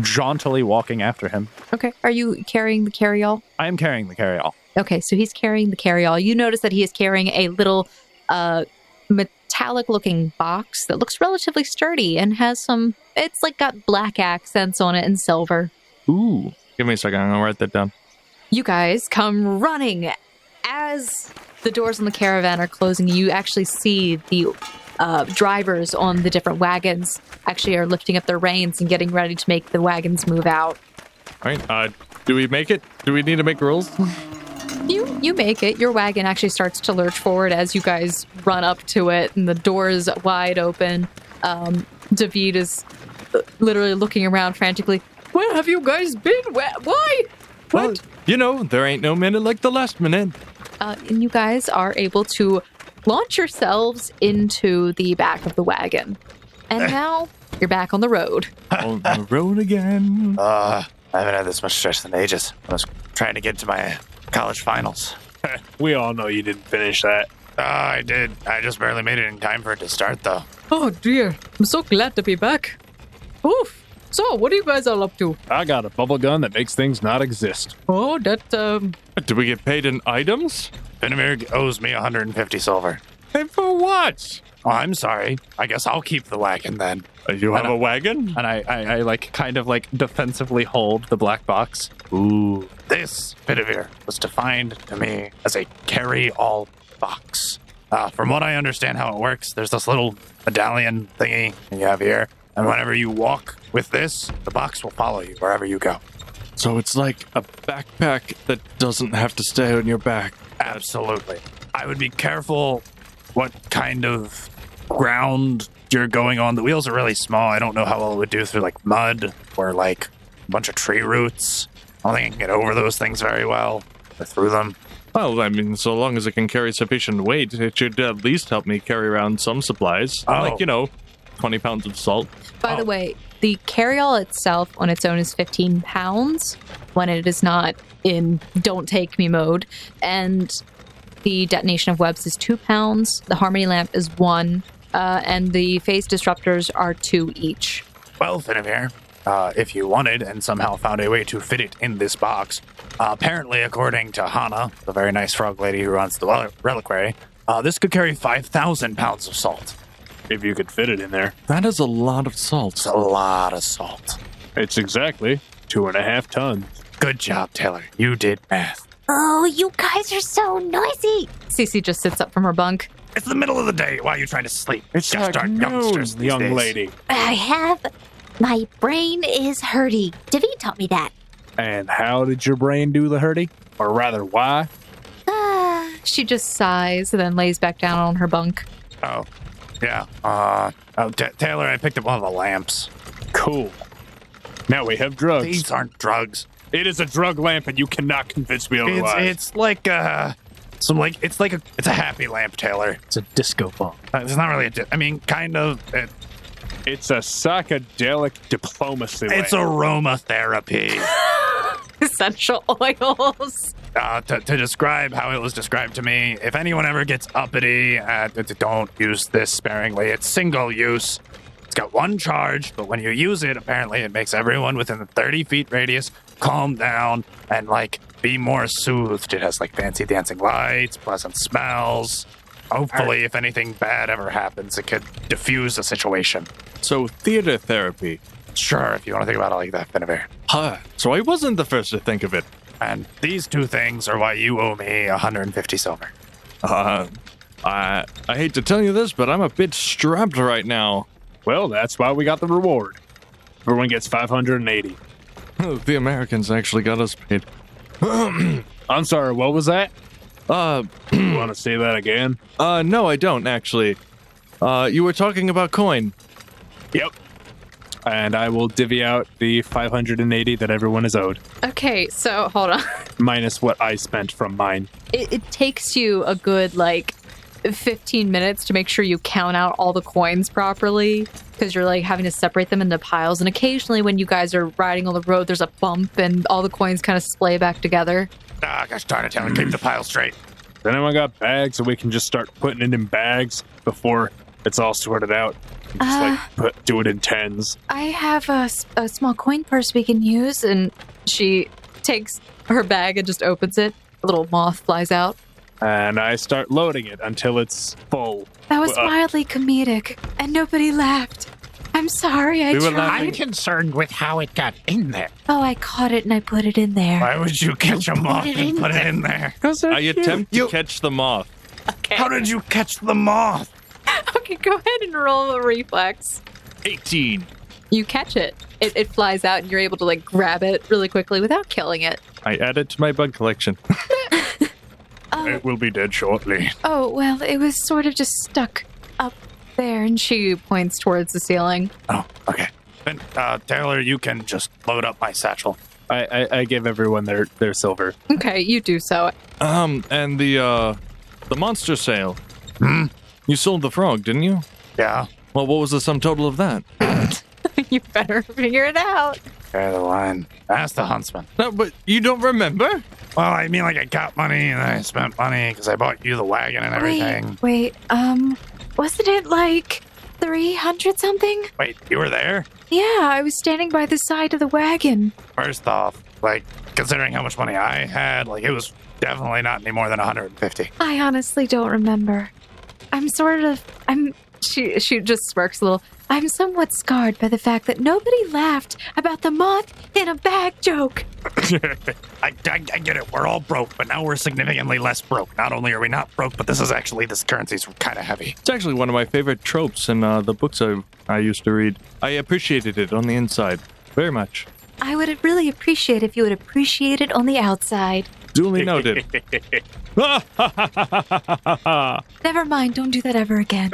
Speaker 6: jauntily walking after him.
Speaker 2: Okay. Are you carrying the carryall?
Speaker 6: I am carrying the carryall.
Speaker 2: Okay, so he's carrying the carryall. You notice that he is carrying a little uh, metallic looking box that looks relatively sturdy and has some, it's like got black accents on it and silver.
Speaker 3: Ooh, give me a second. I'm gonna write that down.
Speaker 2: You guys come running as the doors on the caravan are closing. You actually see the uh, drivers on the different wagons actually are lifting up their reins and getting ready to make the wagons move out.
Speaker 3: All right. Uh, do we make it? Do we need to make rules?
Speaker 2: You you make it. Your wagon actually starts to lurch forward as you guys run up to it, and the door is wide open. Um, David is uh, literally looking around frantically. Where have you guys been? Where, why? What?
Speaker 3: You know, there ain't no minute like the last minute.
Speaker 2: Uh, and you guys are able to launch yourselves into the back of the wagon, and now you're back on the road.
Speaker 3: on the road again.
Speaker 1: Uh, I haven't had this much stress in ages. I was trying to get to my college finals.
Speaker 5: We all know you didn't finish that.
Speaker 1: Uh, I did. I just barely made it in time for it to start, though.
Speaker 2: Oh dear! I'm so glad to be back. Oof! So, what are you guys all up to?
Speaker 7: I got a bubble gun that makes things not exist.
Speaker 2: Oh, that um,
Speaker 3: Do we get paid in items?
Speaker 1: Benamir owes me 150 silver.
Speaker 3: And for what?
Speaker 1: Oh, I'm sorry. I guess I'll keep the wagon then.
Speaker 3: Uh, You have a wagon?
Speaker 6: And I, I, I like kind of like defensively hold the black box.
Speaker 1: Ooh. This, Benamir, was defined to me as a carry all box. Uh, from what I understand how it works, there's this little medallion thingy you have here. And whenever you walk with this, the box will follow you wherever you go.
Speaker 3: So it's like a backpack that doesn't have to stay on your back.
Speaker 1: Absolutely. I would be careful what kind of ground you're going on. The wheels are really small. I don't know how well it would do through like mud or like a bunch of tree roots. I don't think I can get over those things very well or through them.
Speaker 3: Well, I mean, so long as it can carry sufficient weight, it should at least help me carry around some supplies.
Speaker 1: Oh.
Speaker 3: Like, you know, 20 pounds of salt.
Speaker 2: By the way, the carryall itself on its own is 15 pounds when it is not in don't take me mode. And the detonation of webs is two pounds. The harmony lamp is one. Uh, and the phase disruptors are two each.
Speaker 1: Well, Finavir, uh, if you wanted and somehow found a way to fit it in this box, uh, apparently, according to Hana, the very nice frog lady who runs the rel- reliquary, uh, this could carry 5,000 pounds of salt.
Speaker 5: If you could fit it in there,
Speaker 3: That is a lot of salt.
Speaker 1: It's a lot of salt.
Speaker 5: it's exactly two and a half tons.
Speaker 1: Good job, Taylor. You did math.
Speaker 11: Oh, you guys are so noisy.
Speaker 2: Cece just sits up from her bunk.
Speaker 1: It's the middle of the day. Why are you trying to sleep?
Speaker 7: It's
Speaker 1: Gosh
Speaker 7: like
Speaker 1: darn youngsters
Speaker 7: noon,
Speaker 1: these
Speaker 7: young
Speaker 1: days.
Speaker 7: lady.
Speaker 11: I have. My brain is hurting. David taught me that.
Speaker 7: And how did your brain do the hurdy? Or rather, why?
Speaker 11: Ah,
Speaker 2: She just sighs and then lays back down on her bunk.
Speaker 1: Oh, yeah. Uh, oh, Ta Taylor, I picked up one of the lamps.
Speaker 7: Cool. Now we have drugs.
Speaker 1: These aren't drugs.
Speaker 7: It is a drug lamp, and you cannot convince me
Speaker 1: It's
Speaker 7: otherwise.
Speaker 1: it's like uh, some like it's like a it's a happy lamp, Taylor.
Speaker 6: It's a disco ball.
Speaker 1: Uh, It's not really a. Di- I mean, kind of. It,
Speaker 7: It's a psychedelic diplomacy
Speaker 1: it's
Speaker 7: lamp.
Speaker 1: aromatherapy.
Speaker 2: Essential oils.
Speaker 1: uh, to, to describe how it was described to me, if anyone ever gets uppity, uh, d- d- don't use this sparingly. It's single use. It's got one charge, but when you use it, apparently it makes everyone within the 30 feet radius calm down and like be more soothed. It has like fancy dancing lights, pleasant smells. Hopefully, if anything bad ever happens, it could diffuse the situation.
Speaker 3: So, theater therapy.
Speaker 1: Sure, if you want to think about it like that, Benavir.
Speaker 3: Huh. So I wasn't the first to think of it.
Speaker 1: And these two things are why you owe me 150 silver.
Speaker 3: Uh, I, I hate to tell you this, but I'm a bit strapped right now.
Speaker 7: well, that's why we got the reward. Everyone gets 580.
Speaker 3: the Americans actually got us paid.
Speaker 7: I'm sorry, what was that?
Speaker 3: Uh,
Speaker 7: you want to say that again?
Speaker 3: uh, no, I don't actually. Uh, you were talking about coin.
Speaker 7: Yep. And I will divvy out the 580 that everyone is owed,
Speaker 2: Okay, so hold on.
Speaker 7: minus what I spent from mine.
Speaker 2: it, it takes you a good like 15 minutes to make sure you count out all the coins properly because you're like having to separate them into piles. And occasionally, when you guys are riding on the road, there's a bump and all the coins kind of splay back together.
Speaker 1: Ah, gosh darn it, Talon, keep the pile straight.
Speaker 7: Does anyone got bags so we can just start putting it in bags before it's all sorted out? And Just
Speaker 2: Uh.
Speaker 7: like put, do it in tens.
Speaker 2: I have a, s- a small coin purse we can use. And she takes her bag and just opens it. A little moth flies out.
Speaker 7: And I start loading it until it's full.
Speaker 2: That was
Speaker 7: Uh,
Speaker 2: mildly comedic, and nobody laughed. I'm sorry, I
Speaker 7: We were
Speaker 2: tried.
Speaker 7: laughing.
Speaker 4: I'm concerned with how it got in there.
Speaker 2: Oh, I caught it and I put it in there.
Speaker 1: Why would you catch a moth
Speaker 2: it
Speaker 1: and
Speaker 2: in
Speaker 1: put it in there?
Speaker 3: I attempt to catch the moth.
Speaker 1: How did you catch the moth?
Speaker 2: Okay, go ahead and roll a reflex.
Speaker 3: 18.
Speaker 2: You catch it. it. It flies out, and you're able to like grab it really quickly without killing it.
Speaker 3: I add it to my bug collection.
Speaker 7: It will be dead shortly.
Speaker 2: Oh well, it was sort of just stuck up there, and she points towards the ceiling.
Speaker 1: Okay. Then, uh, Taylor, you can just load up my satchel.
Speaker 7: I, I, I give everyone their, their silver.
Speaker 2: Okay, you do so.
Speaker 3: Um, and the uh, the monster sale.
Speaker 1: Hmm?
Speaker 3: You sold the frog, didn't you?
Speaker 1: Yeah.
Speaker 3: Well, what was the sum total of that?
Speaker 2: you better figure it out.
Speaker 1: Carry the line. That's the huntsman.
Speaker 3: No, but you don't remember.
Speaker 1: Well, I mean, like, I got money and I spent money because I bought you the wagon and everything.
Speaker 2: Wait, wait. Um, wasn't it like three hundred something?
Speaker 1: Wait, you were there?
Speaker 2: Yeah, I was standing by the side of the wagon.
Speaker 1: First off, like, considering how much money I had, like, it was definitely not any more than 150.
Speaker 2: I honestly don't remember. I'm sort of I'm she she just smirks a little. I'm somewhat scarred by the fact that nobody laughed about the moth in a bag joke.
Speaker 1: I, I, I get it. We're all broke, but now we're significantly less broke. Not only are we not broke, but this is actually, this currency's kind of heavy.
Speaker 3: It's actually one of my favorite tropes in uh, the books I, I used to read. I appreciated it on the inside very much.
Speaker 2: I would really appreciate if you would appreciate it on the outside.
Speaker 3: Duly noted.
Speaker 2: Never mind, don't do that ever again.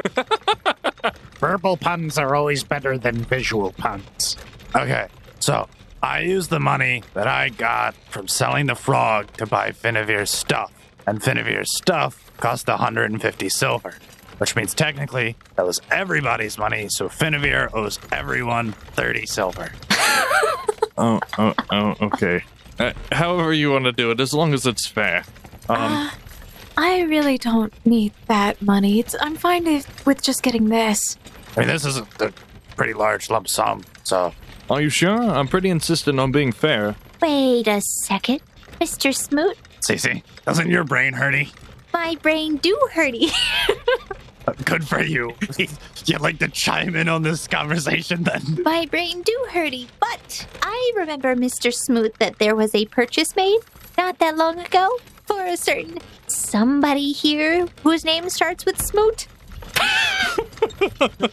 Speaker 4: Verbal puns are always better than visual puns.
Speaker 1: Okay, so I used the money that I got from selling the frog to buy Finavir's stuff, and Finavir's stuff cost 150 silver, which means technically that was everybody's money, so Finavir owes everyone 30 silver.
Speaker 3: oh, oh, oh, okay. Uh, however you want to do it, as long as it's fair.
Speaker 1: Uh,
Speaker 3: Um,
Speaker 2: I really don't need that money. It's, I'm fine if, with just getting this.
Speaker 1: I mean, this is a, a pretty large lump sum, so
Speaker 3: are you sure? I'm pretty insistent on being fair.
Speaker 11: Wait a second. Mr. Smoot,
Speaker 1: Cece, doesn't your brain hurty?
Speaker 11: my brain do hurty.
Speaker 1: Uh, Good for you. You'd like to chime in on this conversation then?
Speaker 11: my brain do hurty. But I remember, Mr. Smoot, that there was a purchase made not that long ago for a certain somebody here whose name starts with Smoot.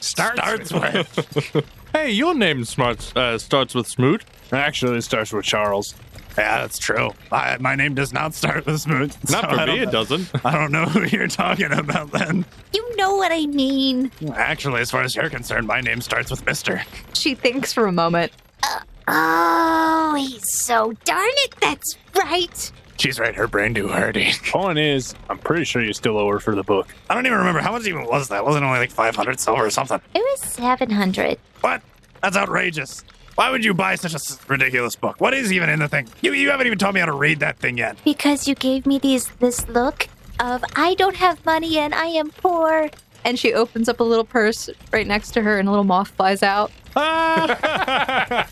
Speaker 1: Starts, with.
Speaker 3: Hey, your name smarts, uh, starts with Smoot.
Speaker 7: Actually, it starts with Charles.
Speaker 1: Yeah, that's true. I, my name does not start with smooth.
Speaker 3: Not
Speaker 1: so
Speaker 3: for
Speaker 1: I
Speaker 3: me,
Speaker 1: don't-
Speaker 3: it doesn't.
Speaker 1: I don't know who you're talking about then.
Speaker 11: You know what I mean.
Speaker 1: Actually, as far as you're concerned, my name starts with Mister.
Speaker 2: She thinks for a moment.
Speaker 11: Uh, Oh, he's so darn it. That's right.
Speaker 1: She's right, her brain do hurty.
Speaker 7: Point is, I'm pretty sure you still owe her for the book.
Speaker 1: I don't even remember how much even was that. Wasn't it only like 500 silver or something?
Speaker 11: It was 700.
Speaker 1: What? That's outrageous. Why would you buy such a s- ridiculous book? What is even in the thing? You you haven't even taught me how to read that thing yet.
Speaker 11: Because you gave me these this look of I don't have money and I am poor.
Speaker 2: And she opens up a little purse right next to her, and a little moth flies out.
Speaker 1: Ah!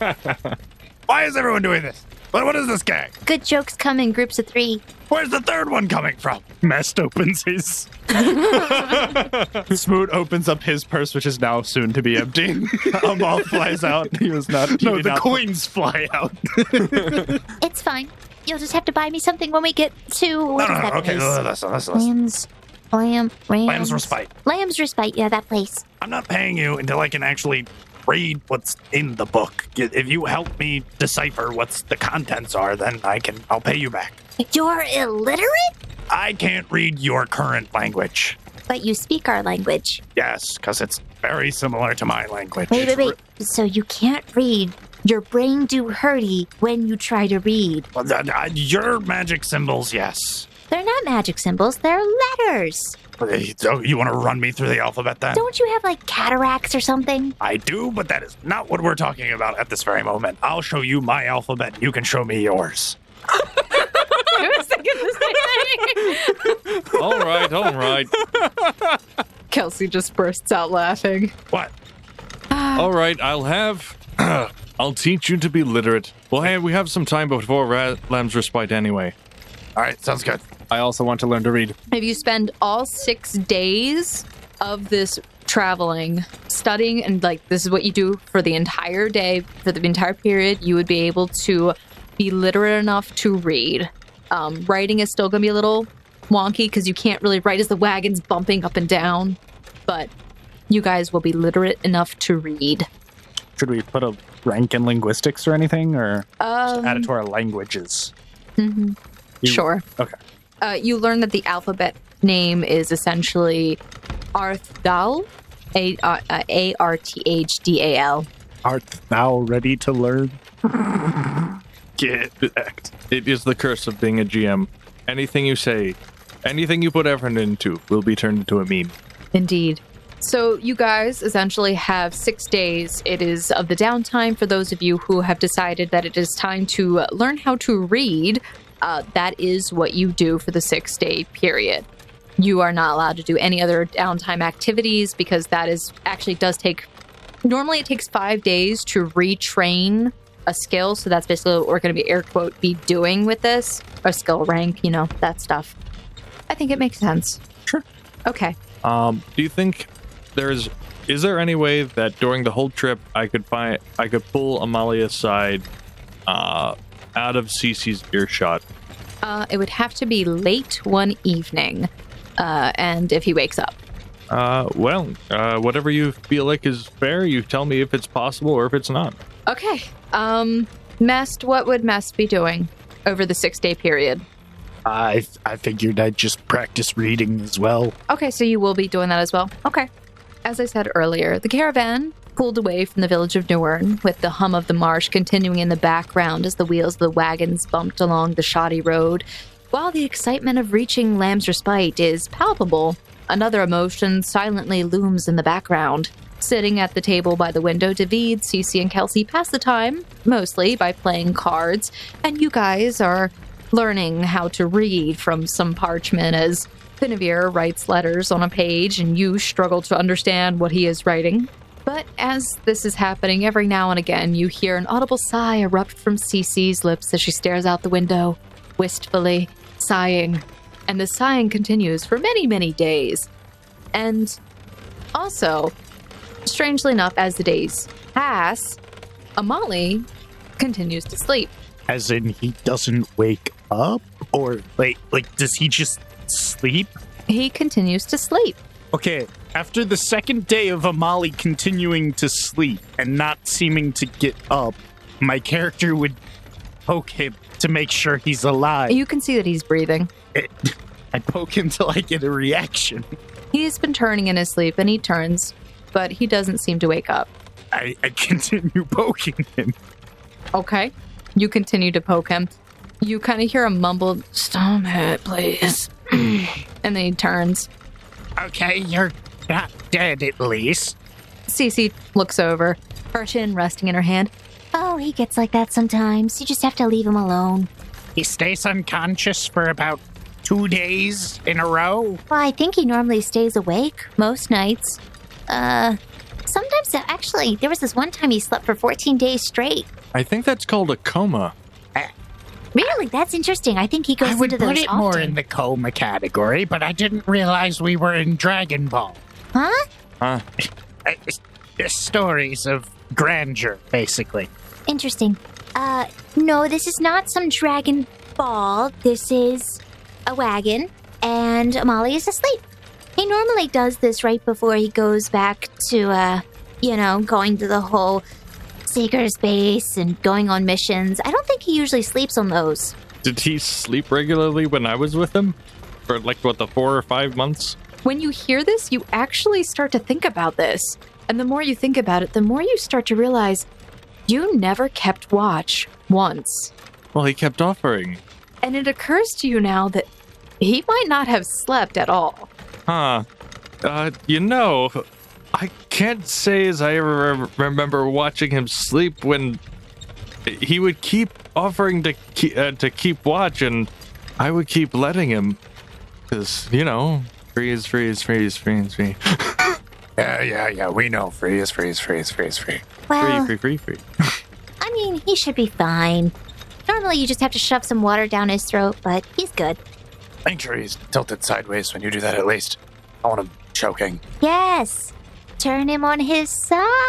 Speaker 1: Why is everyone doing this? What what is this gang?
Speaker 11: Good jokes come in groups of three.
Speaker 1: Where's the third one coming from?
Speaker 5: Mest opens his. Smoot opens up his purse, which is now soon to be empty. a ball flies out. He was not.
Speaker 1: No, the
Speaker 5: coins fly out.
Speaker 11: It's fine. You'll just have to buy me something when we get to
Speaker 1: No,
Speaker 11: what
Speaker 1: no,
Speaker 11: is
Speaker 1: no.
Speaker 11: that
Speaker 1: Okay,
Speaker 11: place?
Speaker 1: no, listen, listen, listen.
Speaker 11: Lambs, lamb, rams.
Speaker 1: Lamb's respite.
Speaker 11: Lamb's respite. Yeah, that place.
Speaker 1: I'm not paying you until I can actually read what's in the book. If you help me decipher what's the contents are, then I can I'll pay you back.
Speaker 11: You're illiterate,
Speaker 1: I can't read your current language.
Speaker 11: but you speak our language.
Speaker 1: Yes, because it's very similar to my language.
Speaker 11: Wait, wait, wait. So you can't read. Your brain do hurty when you try to read.
Speaker 1: Well, th- th- Your magic uh, symbols, yes.
Speaker 11: They're not magic symbols, they're letters.
Speaker 1: Oh, You want to run me through the alphabet then?
Speaker 11: Don't you have like cataracts or something?
Speaker 1: I do, but that is not what we're talking about at this very moment. I'll show you my alphabet, and you can show me yours.
Speaker 2: I was thinking the same thing.
Speaker 3: all right, all right,
Speaker 2: Kelsey just bursts out laughing.
Speaker 1: What?
Speaker 7: Uh.
Speaker 3: all right. I'll have. I'll teach you to be literate. Well, hey, we have some time before Ra- Lamb's respite anyway.
Speaker 1: All right, sounds good.
Speaker 7: I also want to learn to read.
Speaker 2: If you spend all six days of this traveling, studying, and like this is what you do for the entire day, for the entire period, you would be able to be literate enough to read. Um, writing is still going to be a little wonky because you can't really write as the wagon's bumping up and down, but you guys will be literate enough to read.
Speaker 6: Should we put a rank in linguistics or anything, or
Speaker 2: Um,
Speaker 6: add it to our languages?
Speaker 2: mhm.
Speaker 6: You-
Speaker 2: Sure.
Speaker 6: Okay.
Speaker 2: uh, you learn that the alphabet name is essentially Arthdal, A uh, uh, A R T H D A L.
Speaker 8: Art thou ready to learn?
Speaker 1: Get back.
Speaker 3: It is the curse of being a GM. Anything you say, anything you put effort into, will be turned into a meme.
Speaker 2: Indeed. So you guys essentially have six days. It is of the downtime for those of you who have decided that it is time to learn how to read. Uh, that is what you do for the six day period. You are not allowed to do any other downtime activities because that is actually does take. Normally, it takes five days to retrain a skill. So that's basically what we're going to be air quote be doing with this a skill rank, you know, that stuff. I think it makes sense.
Speaker 6: Sure.
Speaker 2: Okay.
Speaker 3: Um, do you think there's is there any way that during the whole trip I could find I could pull Amalia aside, uh, out of Cece's earshot?
Speaker 2: Uh, it would have to be late one evening, uh, and if he wakes up.
Speaker 3: Uh, well, uh, whatever you feel like is fair, you tell me if it's possible or if it's not.
Speaker 2: Okay. Um, Mest, what would Mest be doing over the six day period?
Speaker 8: I I figured I'd just practice reading as well.
Speaker 2: Okay, so you will be doing that as well. Okay. As I said earlier, the caravan pulled away from the village of Newern, with the hum of the marsh continuing in the background as the wheels of the wagons bumped along the shoddy road. While the excitement of reaching Lamb's Respite is palpable, another emotion silently looms in the background. Sitting at the table by the window, David, Cece, and Kelsey pass the time, mostly by playing cards, and you guys are learning how to read from some parchment as Pinevere writes letters on a page and you struggle to understand what he is writing. But as this is happening, every now and again you hear an audible sigh erupt from Cece's lips as she stares out the window, wistfully, sighing. And the sighing continues for many, many days. And also, strangely enough, as the days pass, Amali continues to sleep.
Speaker 8: As in, he doesn't wake up, or like, like, does he just sleep?
Speaker 2: He continues to sleep.
Speaker 8: Okay. After the second day of Amali continuing to sleep and not seeming to get up, my character would poke him to make sure he's alive.
Speaker 2: You can see that he's breathing.
Speaker 8: I poke him till I get a reaction.
Speaker 2: He's been turning in his sleep and he turns, but he doesn't seem to wake up.
Speaker 8: I, I continue poking him.
Speaker 2: Okay. You continue to poke him. You kind of hear a mumbled, Stop it, please.
Speaker 3: Hmm.
Speaker 2: and then he turns.
Speaker 4: Okay, you're not dead at least.
Speaker 2: Cece looks over, her chin resting in her hand.
Speaker 11: Oh, he gets like that sometimes. You just have to leave him alone.
Speaker 4: He stays unconscious for about two days in a row.
Speaker 11: Well, I think he normally stays awake most nights. Uh, sometimes actually, there was this one time he slept for 14 days straight.
Speaker 3: I think that's called a coma.
Speaker 11: Really, that's interesting. I think he goes
Speaker 4: Eh. I would
Speaker 11: into those
Speaker 4: put it
Speaker 11: often.
Speaker 4: more in the coma category, but I didn't realize we were in Dragon Ball.
Speaker 11: huh?
Speaker 3: Huh?
Speaker 4: Uh, it's- it's stories of grandeur, basically.
Speaker 11: Interesting. Uh, no, this is not some dragon ball. This is a wagon, and Amali is asleep. He normally does this right before he goes back to, uh, you know, going to the whole Seeker's base and going on missions. I don't think he usually sleeps on those.
Speaker 3: Did he sleep regularly when I was with him? For like what the four or five months?
Speaker 2: When you hear this, you actually start to think about this. And the more you think about it, the more you start to realize you never kept watch once.
Speaker 3: Well, he kept offering.
Speaker 2: And it occurs to you now that He might not have slept at all.
Speaker 3: Huh. Uh, you know, I can't say as I ever re- remember watching him sleep when he would keep offering to keep, uh, to keep watch, and I would keep letting him. Because, you know, freeze, freeze, freeze, freeze, freeze.
Speaker 1: Yeah, yeah, yeah. We know. Freeze, freeze, freeze, freeze, freeze.
Speaker 11: Well,
Speaker 3: Free, free, free.
Speaker 11: I mean, he should be fine. Normally, you just have to shove some water down his throat, but he's good.
Speaker 1: Make sure he's tilted sideways when you do that, at least. I want him choking.
Speaker 11: Yes. Turn him on his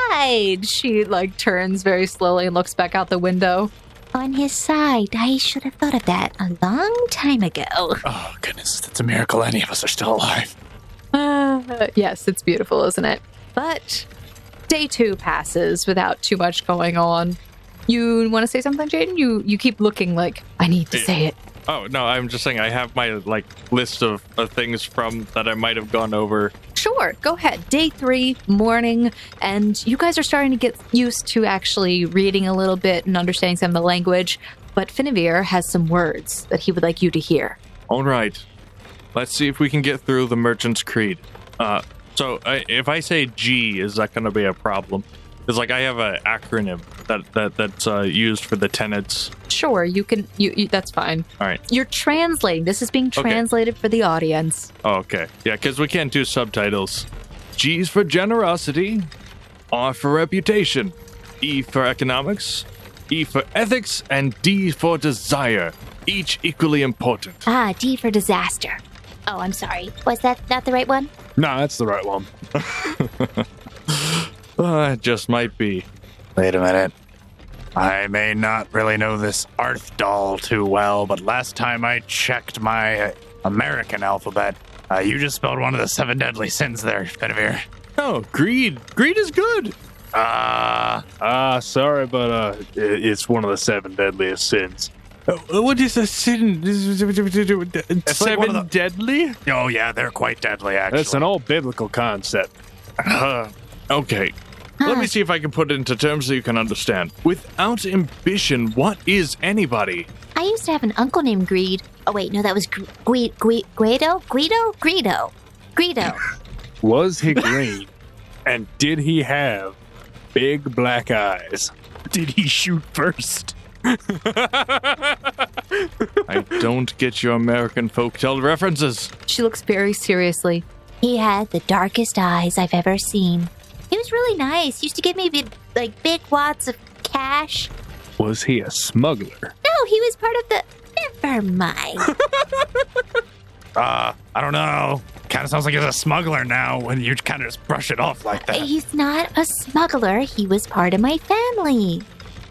Speaker 11: side.
Speaker 2: She like turns very slowly and looks back out the window.
Speaker 11: On his side. I should have thought of that a long time ago.
Speaker 1: Oh, goodness. It's a miracle any of us are still alive.
Speaker 2: Uh, yes, it's beautiful, isn't it? But day two passes without too much going on. You want to say something, Jaden? You you keep looking like I need to say it.
Speaker 3: Oh, no, I'm just saying I have my, like, list of, of things from that I might have gone over.
Speaker 2: Sure, go ahead. Day three, morning, and you guys are starting to get used to actually reading a little bit and understanding some of the language. But Finevere has some words that he would like you to hear.
Speaker 3: All right. Let's see if we can get through the Merchant's Creed. Uh, so I, if I say G, is that going to be a problem? It's like I have an acronym that, that that's uh, used for the tenets.
Speaker 2: Sure, you can. You, you that's fine.
Speaker 3: All right.
Speaker 2: You're translating. This is being
Speaker 3: Okay.
Speaker 2: translated for the audience.
Speaker 3: Oh, okay. Yeah, because we can't do subtitles. G's for generosity, R for reputation, E for economics, E for ethics, and D for desire. Each equally important.
Speaker 11: Ah, D for disaster. Oh, I'm sorry. Was that not the right one?
Speaker 7: No, that's the right one.
Speaker 3: Uh, it just might be.
Speaker 1: Wait a minute. I may not really know this Arthdal too well, but last time I checked my uh, American alphabet, uh, you just spelled one of the seven deadly sins there, Benavir.
Speaker 3: No, greed. Greed is good.
Speaker 1: Ah,
Speaker 5: Ah, sorry, but uh, i- it's one of the seven deadliest sins.
Speaker 3: What is a sin?
Speaker 1: like one of
Speaker 3: Seven
Speaker 1: the-
Speaker 3: deadly? oh,
Speaker 1: oh yeah, they're quite deadly, actually.
Speaker 5: That's an old biblical concept.
Speaker 3: Uh, okay. Let me see if I can put it into terms that you can understand. Without ambition, what is anybody?
Speaker 11: I used to have an uncle named Greed. Oh, wait, no, that was Gre- Gui- Gui- Guido? Guido? Greedo. Greedo.
Speaker 7: Was he green? and did he have big black eyes?
Speaker 5: Did he shoot first?
Speaker 3: I don't get your American folktale references.
Speaker 2: She looks very seriously.
Speaker 11: He had the darkest eyes I've ever seen. He was really nice. Used to give me big, like big wads of cash.
Speaker 7: Was he a smuggler?
Speaker 11: No, he was part of the. Never mind.
Speaker 1: Uh, I don't know. Kind of sounds like he's a smuggler now when you kind of just brush it off like that.
Speaker 11: He's not a smuggler. He was part of my family.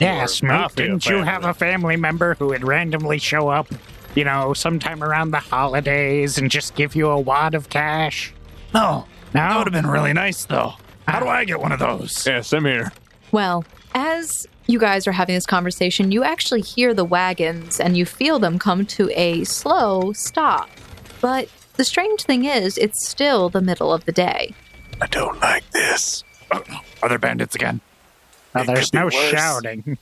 Speaker 4: Yes,
Speaker 5: Your
Speaker 4: Moot,
Speaker 5: mafia
Speaker 4: didn't you have a family member who would randomly show up, you know, sometime around the holidays and just give you a wad of cash?
Speaker 1: No, that
Speaker 4: No?
Speaker 1: would have been really nice though. How do I get one of those?
Speaker 7: Yes, I'm here.
Speaker 2: Well, as you guys are having this conversation, you actually hear the wagons and you feel them come to a slow stop. But the strange thing is, it's still the middle of the day.
Speaker 1: I don't like this. Oh, no. Are there bandits again?
Speaker 4: Now,
Speaker 1: It
Speaker 4: Oh, there's
Speaker 1: could be
Speaker 4: no
Speaker 1: worse.
Speaker 4: shouting.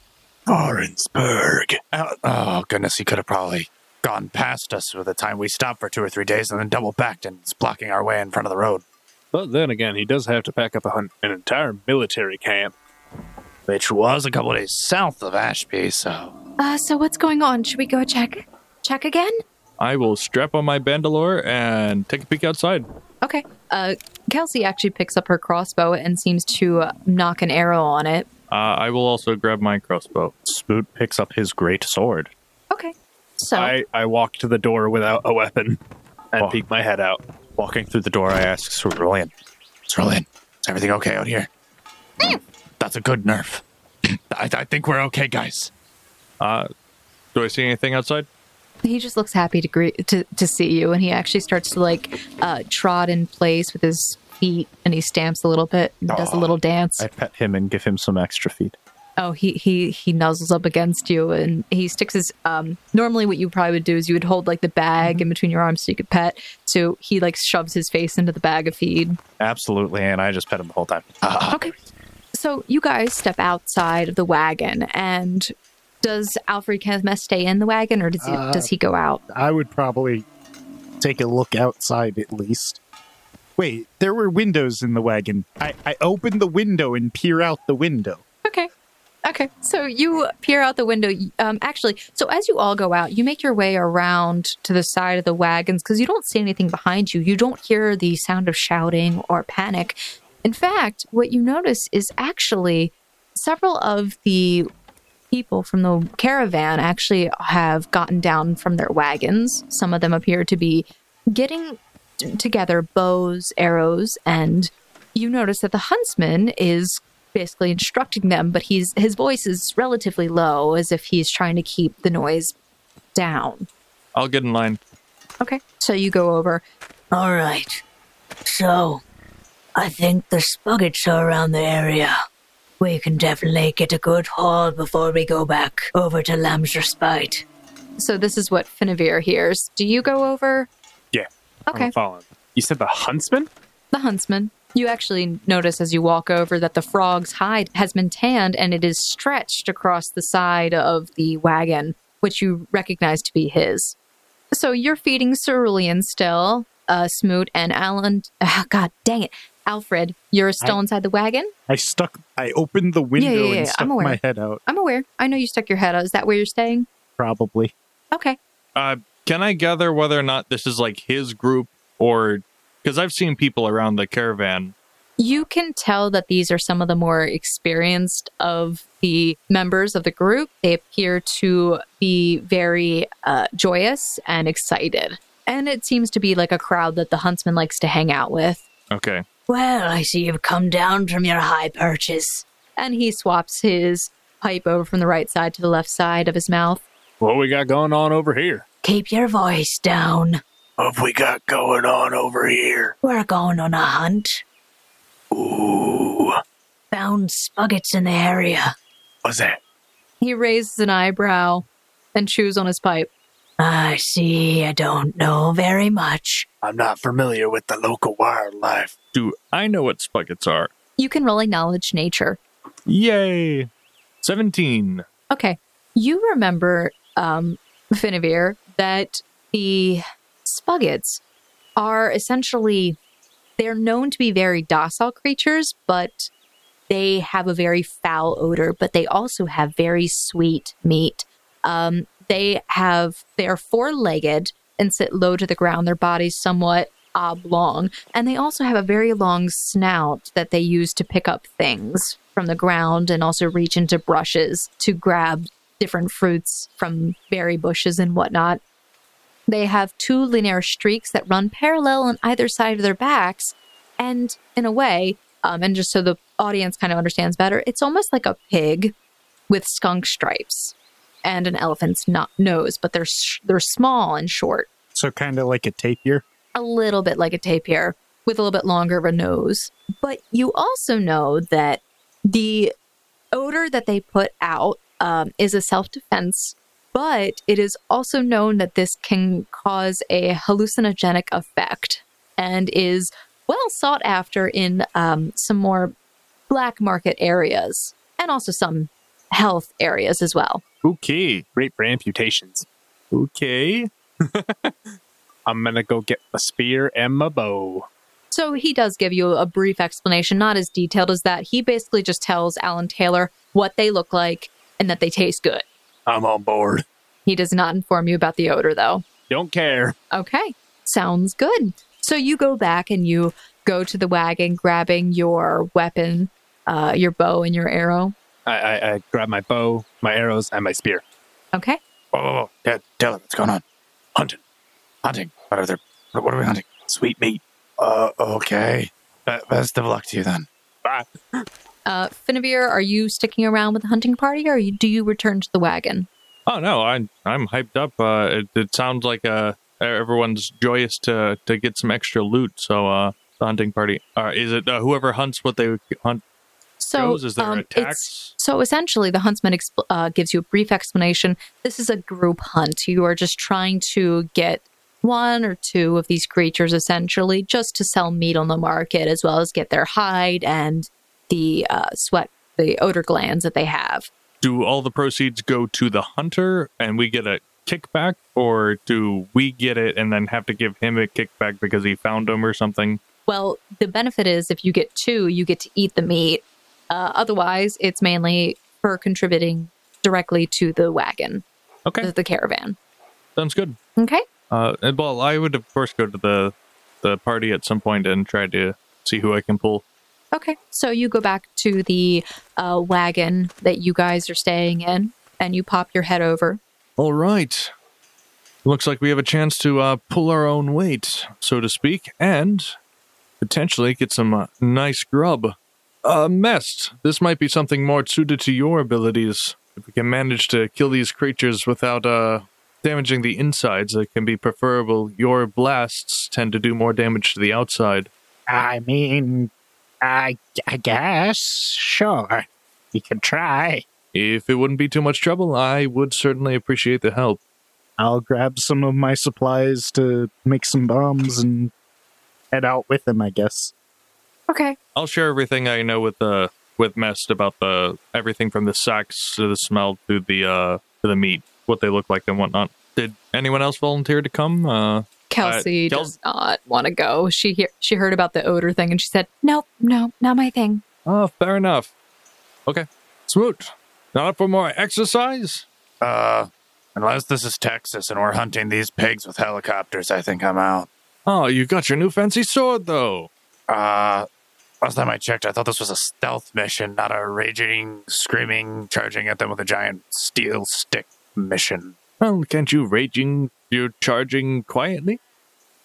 Speaker 1: Orangeburg. Oh, oh, goodness, he could have probably gone past us by the time we stopped for two or three days and then double backed and it's blocking our way in front of the road.
Speaker 7: But then again, he does have to pack up a hun- an entire military camp.
Speaker 1: Which was a couple of days south of Ashby, so
Speaker 2: Uh, so what's going on? Should we go check?
Speaker 11: Check again?
Speaker 3: I will strap on my bandolier and take a peek outside.
Speaker 2: Okay. Uh, Kelsey actually picks up her crossbow and seems to uh, knock an arrow on it.
Speaker 3: Uh, I will also grab my crossbow.
Speaker 6: Spoot picks up his great sword.
Speaker 2: Okay. So
Speaker 7: I, I walk to the door without a weapon and
Speaker 6: Oh.
Speaker 7: peek my head out.
Speaker 6: Walking through the door, I ask Cerulean,
Speaker 1: let's roll in. Is everything okay out here?
Speaker 2: Mm.
Speaker 1: That's a good nerf. I, I think we're okay, guys.
Speaker 3: Uh, Do I see anything outside?
Speaker 2: he just looks happy to, gre- to to see you, and he actually starts to like uh, trot in place with his feet, and he stamps a little bit, and does a little dance.
Speaker 6: I pet him and give him some extra feet.
Speaker 2: Oh, he he he nuzzles up against you, and he sticks his. Um, normally, what you probably would do is you would hold like the bag in between your arms so you could pet. So he like shoves his face into the bag of feed.
Speaker 6: Absolutely, and I just pet him the whole time.
Speaker 1: Uh,
Speaker 2: Okay, so you guys step outside of the wagon, and does Alfred Kenneth Mess stay in the wagon, or does he does he go out?
Speaker 8: I would probably take a look outside at least. Wait, there were windows in the wagon. I, I open the window and peer out the window.
Speaker 2: Okay. Okay. So you peer out the window. Um, actually, so as you all go out, you make your way around to the side of the wagons because you don't see anything behind you. You don't hear the sound of shouting or panic. In fact, what you notice is actually several of the people from the caravan actually have gotten down from their wagons. Some of them appear to be getting t- together bows, arrows, and you notice that the huntsman is basically instructing them, but he's his voice is relatively low, as if he's trying to keep the noise down.
Speaker 3: I'll get in line.
Speaker 2: Okay, so you go over.
Speaker 9: All right. So, I think the spuggets are around the area. We can definitely get a good haul before we go back over to Lamb's Respite.
Speaker 2: So this is what Finevere hears. Do you go over
Speaker 7: Yeah. I'm
Speaker 2: Okay.
Speaker 7: following. You said the huntsman?
Speaker 2: the huntsman? You actually notice as you walk over that the frog's hide has been tanned and it is stretched across the side of the wagon, which you recognize to be his. So you're feeding Cerulean still, uh, Smoot and Alan. ah, God dang it. Alfred, you're still
Speaker 8: I-
Speaker 2: inside the wagon?
Speaker 8: I stuck. I opened the window
Speaker 2: yeah, yeah, I'm
Speaker 8: and stuck
Speaker 2: aware.
Speaker 8: my head out.
Speaker 2: I'm aware. I know you stuck your head out. Is that where you're staying?
Speaker 8: Probably.
Speaker 2: Okay.
Speaker 3: Uh, can I gather whether or not this is like his group or because I've seen people around the caravan?
Speaker 2: You can tell that these are some of the more experienced of the members of the group. They appear to be very uh, joyous and excited. And it seems to be like a crowd that the huntsman likes to hang out with.
Speaker 3: Okay.
Speaker 9: Well, I see you've come down from your high perches.
Speaker 2: And he swaps his pipe over from the right side to the left side of his mouth.
Speaker 7: What we got going on over here?
Speaker 9: Keep your voice down.
Speaker 5: What have we got going on over here?
Speaker 9: We're going on a hunt.
Speaker 5: Ooh.
Speaker 9: Found spuggets in the area.
Speaker 5: What's that?
Speaker 2: He raises an eyebrow and chews on his pipe.
Speaker 9: I see I don't know very much.
Speaker 5: I'm not familiar with the local wildlife.
Speaker 3: Do I know what spuggets are?
Speaker 2: You can roll a knowledge nature.
Speaker 3: Yay. 17.
Speaker 2: Okay. You remember, um, Finevere, that the Spuggets are essentially, they're known to be very docile creatures, but they have a very foul odor, but they also have very sweet meat. Um, they have, they are four legged and sit low to the ground, their bodies somewhat oblong, and they also have a very long snout that they use to pick up things from the ground and also reach into brushes to grab different fruits from berry bushes and whatnot. They have two linear streaks that run parallel on either side of their backs. And in a way, um, and just so the audience kind of understands better, it's almost like a pig with skunk stripes and an elephant's not nose, but they're sh- they're small and short,
Speaker 8: So kind of like a tapir.
Speaker 2: a little bit like a tapir with a little bit longer of a nose. But you also know that the odor that they put out um, is a self defense, but it is also known that this can cause a hallucinogenic effect and is well sought after in um, some more black market areas and also some health areas as well.
Speaker 7: Okay. Great for amputations. Okay. I'm going to go get a spear and my bow.
Speaker 2: So he does give you a brief explanation, not as detailed as that. He basically just tells Alan Taylor what they look like and that they taste good.
Speaker 5: I'm on board.
Speaker 2: He does not inform you about the odor, though.
Speaker 7: Don't care.
Speaker 2: Okay, sounds good. So you go back and you go to the wagon, grabbing your weapon, uh, your bow, and your arrow.
Speaker 7: I, I, I grab my bow, my arrows, and my spear.
Speaker 2: Okay.
Speaker 1: Whoa, whoa, whoa. Dad, Dylan, what's going on? Hunting. Hunting. What are, there, what what are we hunting? Sweet meat. Uh, okay. Be- best of luck to you then.
Speaker 7: Bye.
Speaker 2: Uh, Finevere, are you sticking around with the hunting party, or you, do you return to the wagon?
Speaker 3: Oh no, I'm I'm hyped up. Uh, it, it sounds like uh everyone's joyous to to get some extra loot. So uh, the hunting party. Uh, is it uh, whoever hunts what they hunt?
Speaker 2: So,
Speaker 3: Goes, is there
Speaker 2: um,
Speaker 3: attacks?
Speaker 2: it's- so essentially, the huntsman expl- uh, gives you a brief explanation. This is a group hunt. You are just trying to get one or two of these creatures, essentially, just to sell meat on the market, as well as get their hide and the uh, sweat, the odor glands that they have.
Speaker 3: Do all the proceeds go to the hunter, and we get a kickback, or do we get it and then have to give him a kickback because he found him or something?
Speaker 2: Well, the benefit is if you get two, you get to eat the meat. Uh, otherwise, it's mainly for contributing directly to the wagon,
Speaker 3: okay,
Speaker 2: the, the caravan.
Speaker 3: Sounds good.
Speaker 2: Okay.
Speaker 3: Uh, and, well, I would of course go to the the party at some point and try to see who I can pull.
Speaker 2: Okay, so you go back to the uh, wagon that you guys are staying in, and you pop your head over.
Speaker 3: All right. Looks like we have a chance to uh, pull our own weight, so to speak, and potentially get some uh, nice grub. Uh, Mest, this might be something more suited to your abilities. If we can manage to kill these creatures without uh, damaging the insides, it can be preferable. Your blasts tend to do more damage to the outside.
Speaker 4: I mean, I, I guess, sure. You can try.
Speaker 3: If it wouldn't be too much trouble, I would certainly appreciate the help.
Speaker 8: I'll grab some of my supplies to make some bombs and head out with him, I guess.
Speaker 2: Okay.
Speaker 3: I'll share everything I know with the with Mest about the everything from the sacks to the smell to the uh to the meat, what they look like and whatnot. Did anyone else volunteer to come? Uh,
Speaker 2: Kelsey
Speaker 3: uh, Kel-
Speaker 2: does not want to go. She hear, she heard about the odor thing, and she said, "Nope, no, not my thing."
Speaker 3: Oh, fair enough. Okay, Smoot, not up for more exercise.
Speaker 1: Uh, unless this is Texas and we're hunting these pigs with helicopters, I think I'm out.
Speaker 3: Oh, you got your new fancy sword though.
Speaker 1: Uh, last time I checked, I thought this was a stealth mission, not a raging, screaming, charging at them with a giant steel stick mission.
Speaker 3: Well, can't you raging? You're charging quietly.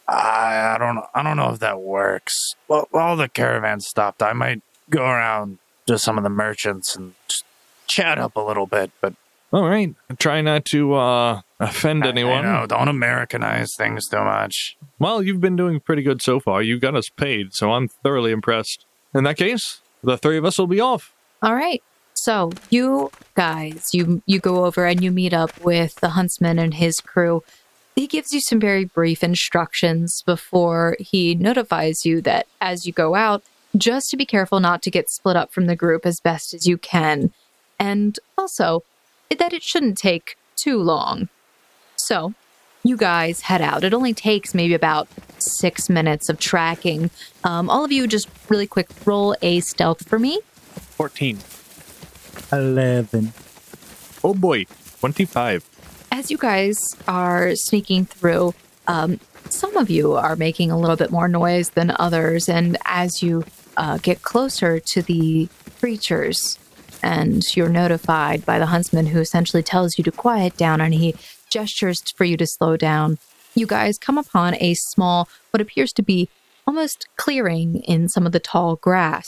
Speaker 1: I, I don't I don't know if that works. Well, all the caravans stopped. I might go around to some of the merchants and just chat up a little bit, but
Speaker 3: All right, try not to uh, offend
Speaker 1: I-
Speaker 3: anyone.
Speaker 1: I know, don't Americanize things too much.
Speaker 3: Well, you've been doing pretty good so far. You got us paid, so I'm thoroughly impressed. In that case, the three of us will be off.
Speaker 2: All right. So you guys, you you go over and you meet up with the huntsman and his crew. He gives you some very brief instructions before he notifies you that as you go out, just to be careful not to get split up from the group as best as you can, and also that it shouldn't take too long. So you guys head out. It only takes maybe about six minutes of tracking. Um, all of you just really quick roll a stealth for me.
Speaker 3: 14.
Speaker 8: 11.
Speaker 3: Oh boy, 25.
Speaker 2: as you guys are sneaking through, um, some of you are making a little bit more noise than others. And as you uh, get closer to the creatures, and you're notified by the huntsman who essentially tells you to quiet down and he gestures for you to slow down, you guys come upon a small, what appears to be almost clearing in some of the tall grass.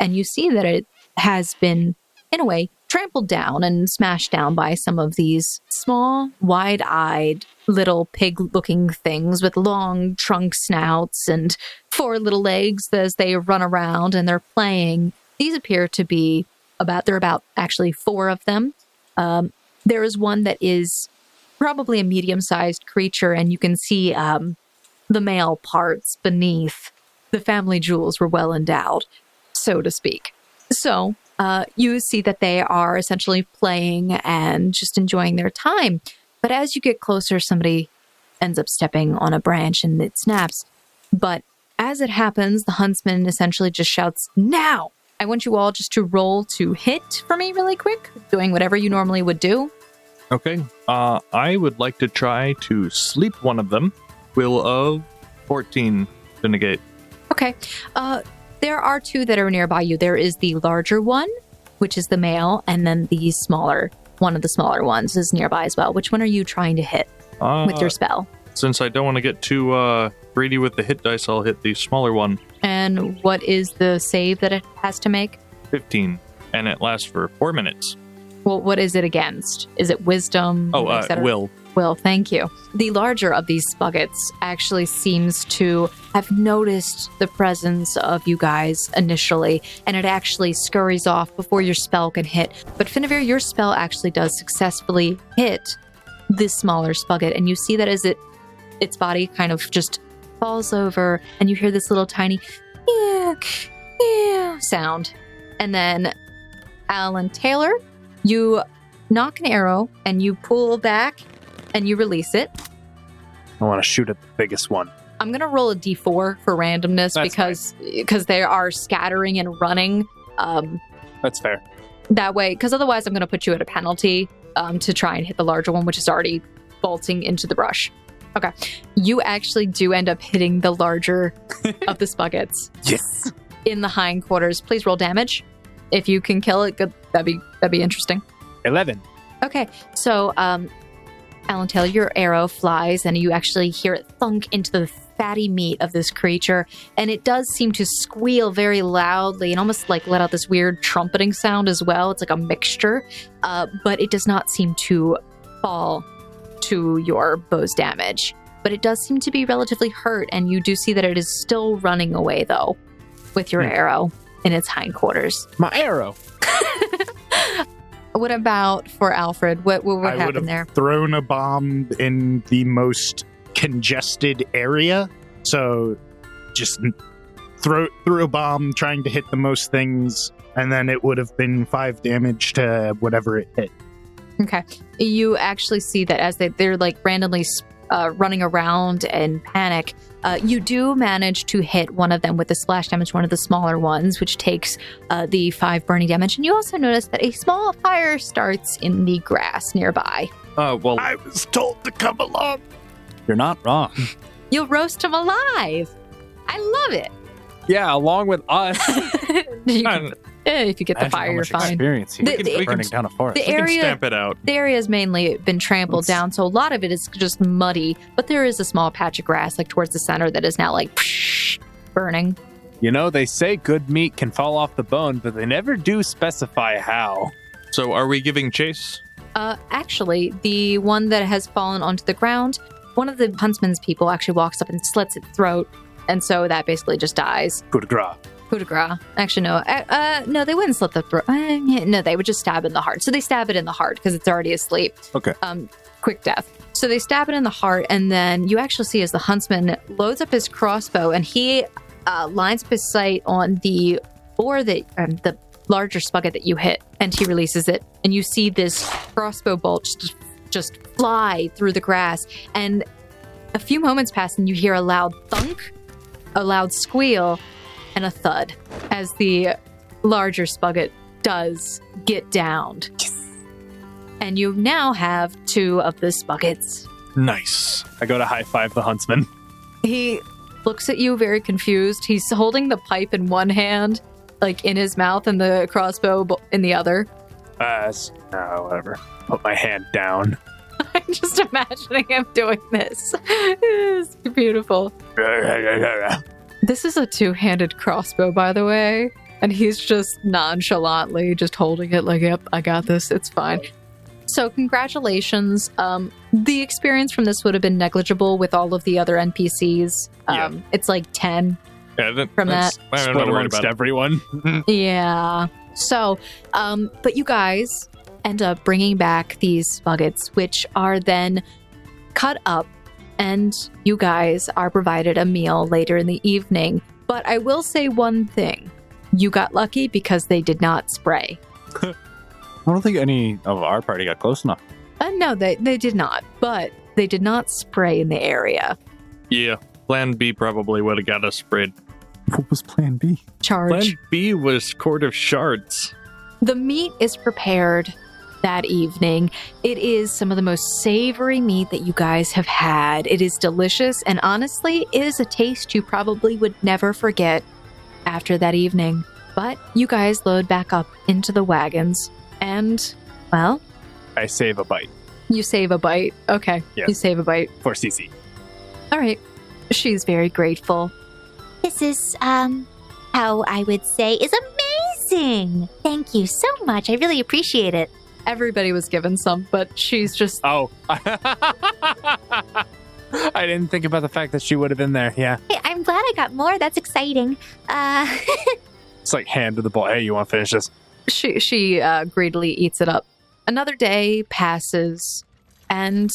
Speaker 2: And you see that it has been in a way, trampled down and smashed down by some of these small, wide eyed, little pig looking things with long trunk snouts and four little legs as they run around and they're playing. These appear to be about, there are about actually four of them. Um, there is one that is probably a medium sized creature, and you can see um, the male parts beneath. The family jewels were well endowed, so to speak. So uh, you see that they are essentially playing and just enjoying their time. But as you get closer, somebody ends up stepping on a branch and it snaps. But as it happens, the huntsman essentially just shouts, Now! I want you all just to roll to hit for me really quick, doing whatever you normally would do.
Speaker 3: Okay. Uh, I would like to try to sleep one of them. Will uh, of 14 to negate.
Speaker 2: Okay. Uh, there are two that are nearby you. There is the larger one, which is the male, and then the smaller one of the smaller ones is nearby as well. Which one are you trying to hit
Speaker 3: Uh,
Speaker 2: with your spell?
Speaker 3: Since I don't want to get too uh, greedy with the hit dice, I'll hit the smaller one.
Speaker 2: And what is the save that it has to make?
Speaker 3: 15. And it lasts for four minutes.
Speaker 2: Well, what is it against? Is it wisdom?
Speaker 3: Oh,
Speaker 2: et
Speaker 3: uh,
Speaker 2: cetera?
Speaker 3: will.
Speaker 2: Will, thank you. The larger of these buckets actually seems to have noticed the presence of you guys initially, and it actually scurries off before your spell can hit. But Finavir, your spell actually does successfully hit this smaller spugget, and you see that as it its body kind of just falls over, and you hear this little tiny yeah, yeah sound. And then Alan Taylor, you knock an arrow and you pull back and you release it.
Speaker 5: I want to shoot at the biggest one.
Speaker 2: I'm gonna roll a d4 for randomness
Speaker 7: That's
Speaker 2: because because they are scattering and running. Um,
Speaker 7: That's fair.
Speaker 2: that way, because otherwise I'm gonna put you at a penalty um, to try and hit the larger one, which is already bolting into the brush. Okay, you actually do end up hitting the larger of the spuggets
Speaker 1: Yes.
Speaker 2: in the hindquarters. Please roll damage if you can kill it. Good, that'd be that'd be interesting.
Speaker 7: 11.
Speaker 2: Okay, so um, Alan Taylor, your arrow flies, and you actually hear it thunk into the fatty meat of this creature, and it does seem to squeal very loudly and almost like let out this weird trumpeting sound as well. It's like a mixture, uh, but it does not seem to fall to your bow's damage. But it does seem to be relatively hurt, and you do see that it is still running away though, with your arrow in its hindquarters.
Speaker 7: Hmm. My arrow.
Speaker 2: What about for Alfred? What what would
Speaker 8: I would
Speaker 2: happen
Speaker 8: have
Speaker 2: there?
Speaker 8: thrown a bomb in the most congested area. So just throw threw a bomb trying to hit the most things, and then it would have been five damage to whatever it hit.
Speaker 2: Okay. You actually see that as they, they're like randomly uh, running around in panic. Uh, you do manage to hit one of them with the splash damage, one of the smaller ones, which takes uh, the five burning damage. And you also notice that a small fire starts in the grass nearby.
Speaker 3: Uh, well,
Speaker 1: I was told to come along.
Speaker 6: You're not wrong.
Speaker 2: You'll roast him alive. I love it.
Speaker 7: Yeah, along with us.
Speaker 2: You can-
Speaker 7: And
Speaker 2: eh, if you get the
Speaker 6: Imagine how
Speaker 2: fire, you're
Speaker 6: much
Speaker 2: fine.
Speaker 6: Experience here.
Speaker 2: The- We can- the- we can-
Speaker 6: burning down a forest.
Speaker 2: the area-
Speaker 3: can stamp it out.
Speaker 2: The area has mainly been trampled down, so a lot of it is just muddy. But there is a small patch of grass, like towards the center, that is now like burning.
Speaker 7: you know, they say good meat can fall off the bone, but they never do specify how.
Speaker 3: So, are we giving chase?
Speaker 2: Uh, actually, the one that has fallen onto the ground, one of the huntsman's people actually walks up and slits its throat, and so that basically just dies.
Speaker 5: Good gra.
Speaker 2: Coup de grace. Actually, no. Uh, uh, no, they wouldn't slit the throat. Uh, yeah, no, they would just stab it in the heart. So they stab it in the heart because it's already asleep.
Speaker 5: Okay.
Speaker 2: Um, quick death. So they stab it in the heart, and then you actually see as the huntsman loads up his crossbow, and he uh, lines up his sight on the boar that um, the larger spugget that you hit, and he releases it, and you see this crossbow bolt just, just fly through the grass, and a few moments pass, and you hear a loud thunk, a loud squeal, and a thud as the larger spugget does get downed. And you now have two of the spuggets.
Speaker 7: Nice. I go to high five the huntsman.
Speaker 2: He looks at you very confused. He's holding the pipe in one hand, like in his mouth, and the crossbow bo- in the other.
Speaker 7: Uh, s- uh, whatever. Put my hand down.
Speaker 2: I'm just imagining him doing this. It's beautiful. This is a two handed crossbow, by the way. And he's just nonchalantly just holding it like, yep, I got this. It's fine. So, congratulations. Um, the experience from this would have been negligible with all of the other NPCs. Um, It's like 10.
Speaker 3: Yeah, that,
Speaker 2: From
Speaker 3: that's- I'm
Speaker 7: Split
Speaker 3: not worried
Speaker 7: amongst
Speaker 3: about it.
Speaker 7: everyone.
Speaker 2: Yeah. So, um, but you guys end up bringing back these buckets, which are then cut up, and you guys are provided a meal later in the evening. But I will say one thing you got lucky because they did not spray.
Speaker 6: I don't think any of our party got close enough.
Speaker 2: Uh, no, they, they did not, but they did not spray in the area.
Speaker 3: Yeah, Plan B probably would have got us sprayed.
Speaker 6: What was Plan B?
Speaker 2: Charge.
Speaker 3: Plan B was Court of Shards.
Speaker 2: The meat is prepared that evening. It is some of the most savory meat that you guys have had. It is delicious and honestly it is a taste you probably would never forget after that evening. But you guys load back up into the wagons and, well,
Speaker 7: I save a bite
Speaker 2: you save a bite. Okay.
Speaker 7: Yeah.
Speaker 2: You save a bite.
Speaker 7: for CC.
Speaker 2: All right. She's very grateful.
Speaker 11: This is, um, how I would say is amazing. Thank you so much. I really appreciate it.
Speaker 2: Everybody was given some, but she's just,
Speaker 7: Oh. I didn't think about the fact that she would have been there. Yeah.
Speaker 11: Hey, I'm glad I got more. That's exciting. Uh,
Speaker 7: It's like hand to the boy. Hey, you want to finish this?
Speaker 2: she she uh, greedily eats it up. Another day passes, and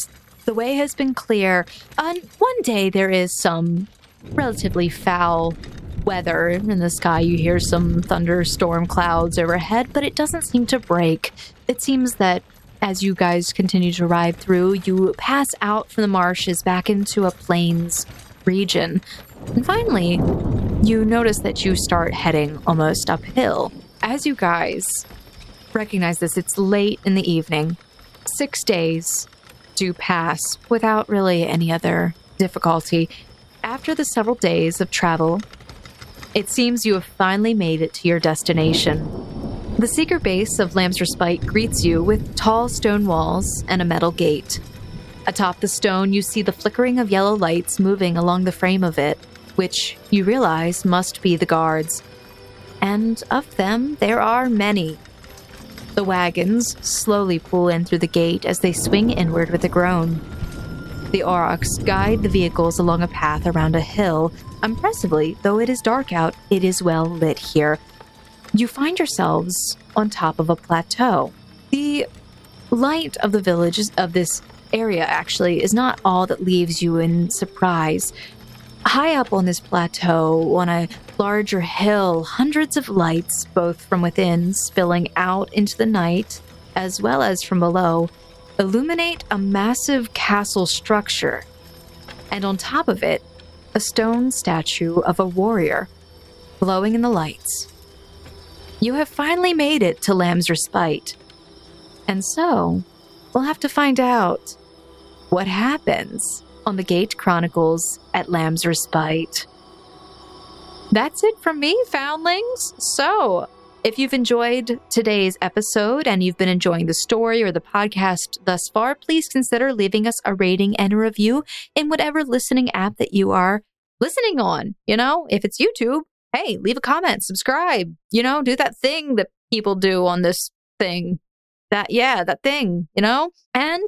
Speaker 2: the way has been clear. On one day, there is some relatively foul weather in the sky. You hear some thunderstorm clouds overhead, but it doesn't seem to break. It seems that As you guys continue to ride through, you pass out from the marshes back into a plains region. And finally, you notice that you start heading almost uphill. As you guys recognize this, it's late in the evening. Six days do pass without really any other difficulty. After the several days of travel, it seems you have finally made it to your destination. The secret base of Lamb's Respite greets you with tall stone walls and a metal gate. Atop the stone, you see the flickering of yellow lights moving along the frame of it, which you realize must be the guards. And of them, there are many. The wagons slowly pull in through the gate as they swing inward with a groan. The aurochs guide the vehicles along a path around a hill. Impressively, though it is dark out, it is well lit here. You find yourselves on top of a plateau. The light of the villages of this area actually is not all that leaves you in surprise. High up on this plateau, on a larger hill, hundreds of lights, both from within spilling out into the night, as well as from below, illuminate a massive castle structure, and on top of it, a stone statue of a warrior glowing in the lights. You have finally made it to Lamb's Respite, and so we'll have to find out what happens on the Gate Chronicles at Lamb's Respite. That's it from me, Foundlings. So if you've enjoyed today's episode and you've been enjoying the story or the podcast thus far, please consider leaving us a rating and a review in whatever listening app that you are listening on. You know, if it's YouTube, hey, leave a comment, subscribe, you know, do that thing that people do on this thing. That, yeah, that thing, you know? And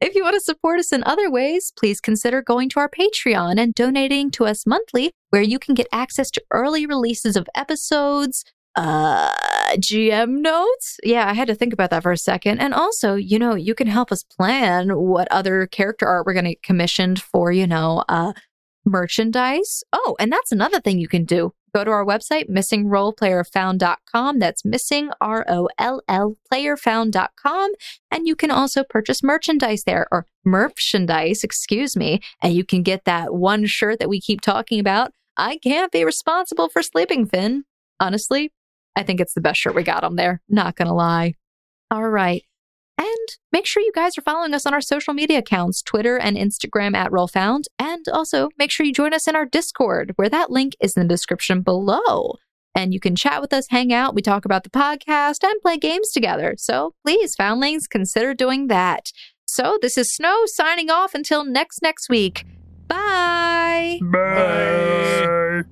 Speaker 2: if you want to support us in other ways, please consider going to our Patreon and donating to us monthly, where you can get access to early releases of episodes, uh GM notes. Yeah, I had to think about that for a second. And also, you know, you can help us plan what other character art we're going to commissioned for, you know, uh merchandise. Oh, and that's another thing you can do. Go to our website missingroleplayerfound.com. That's missing r o l l playerfound.com and you can also purchase merchandise there or merchandise, excuse me, and you can get that one shirt that we keep talking about. I can't be responsible for sleeping, Finn. Honestly, I think it's the best shirt we got on there. Not going to lie. All right. And make sure you guys are following us on our social media accounts Twitter and Instagram at RollFound. And also make sure you join us in our Discord, where that link is in the description below. And you can chat with us, hang out, we talk about the podcast, and play games together. So please, Foundlings, consider doing that. So this is Snow signing off until next next week. Bye.
Speaker 5: Bye.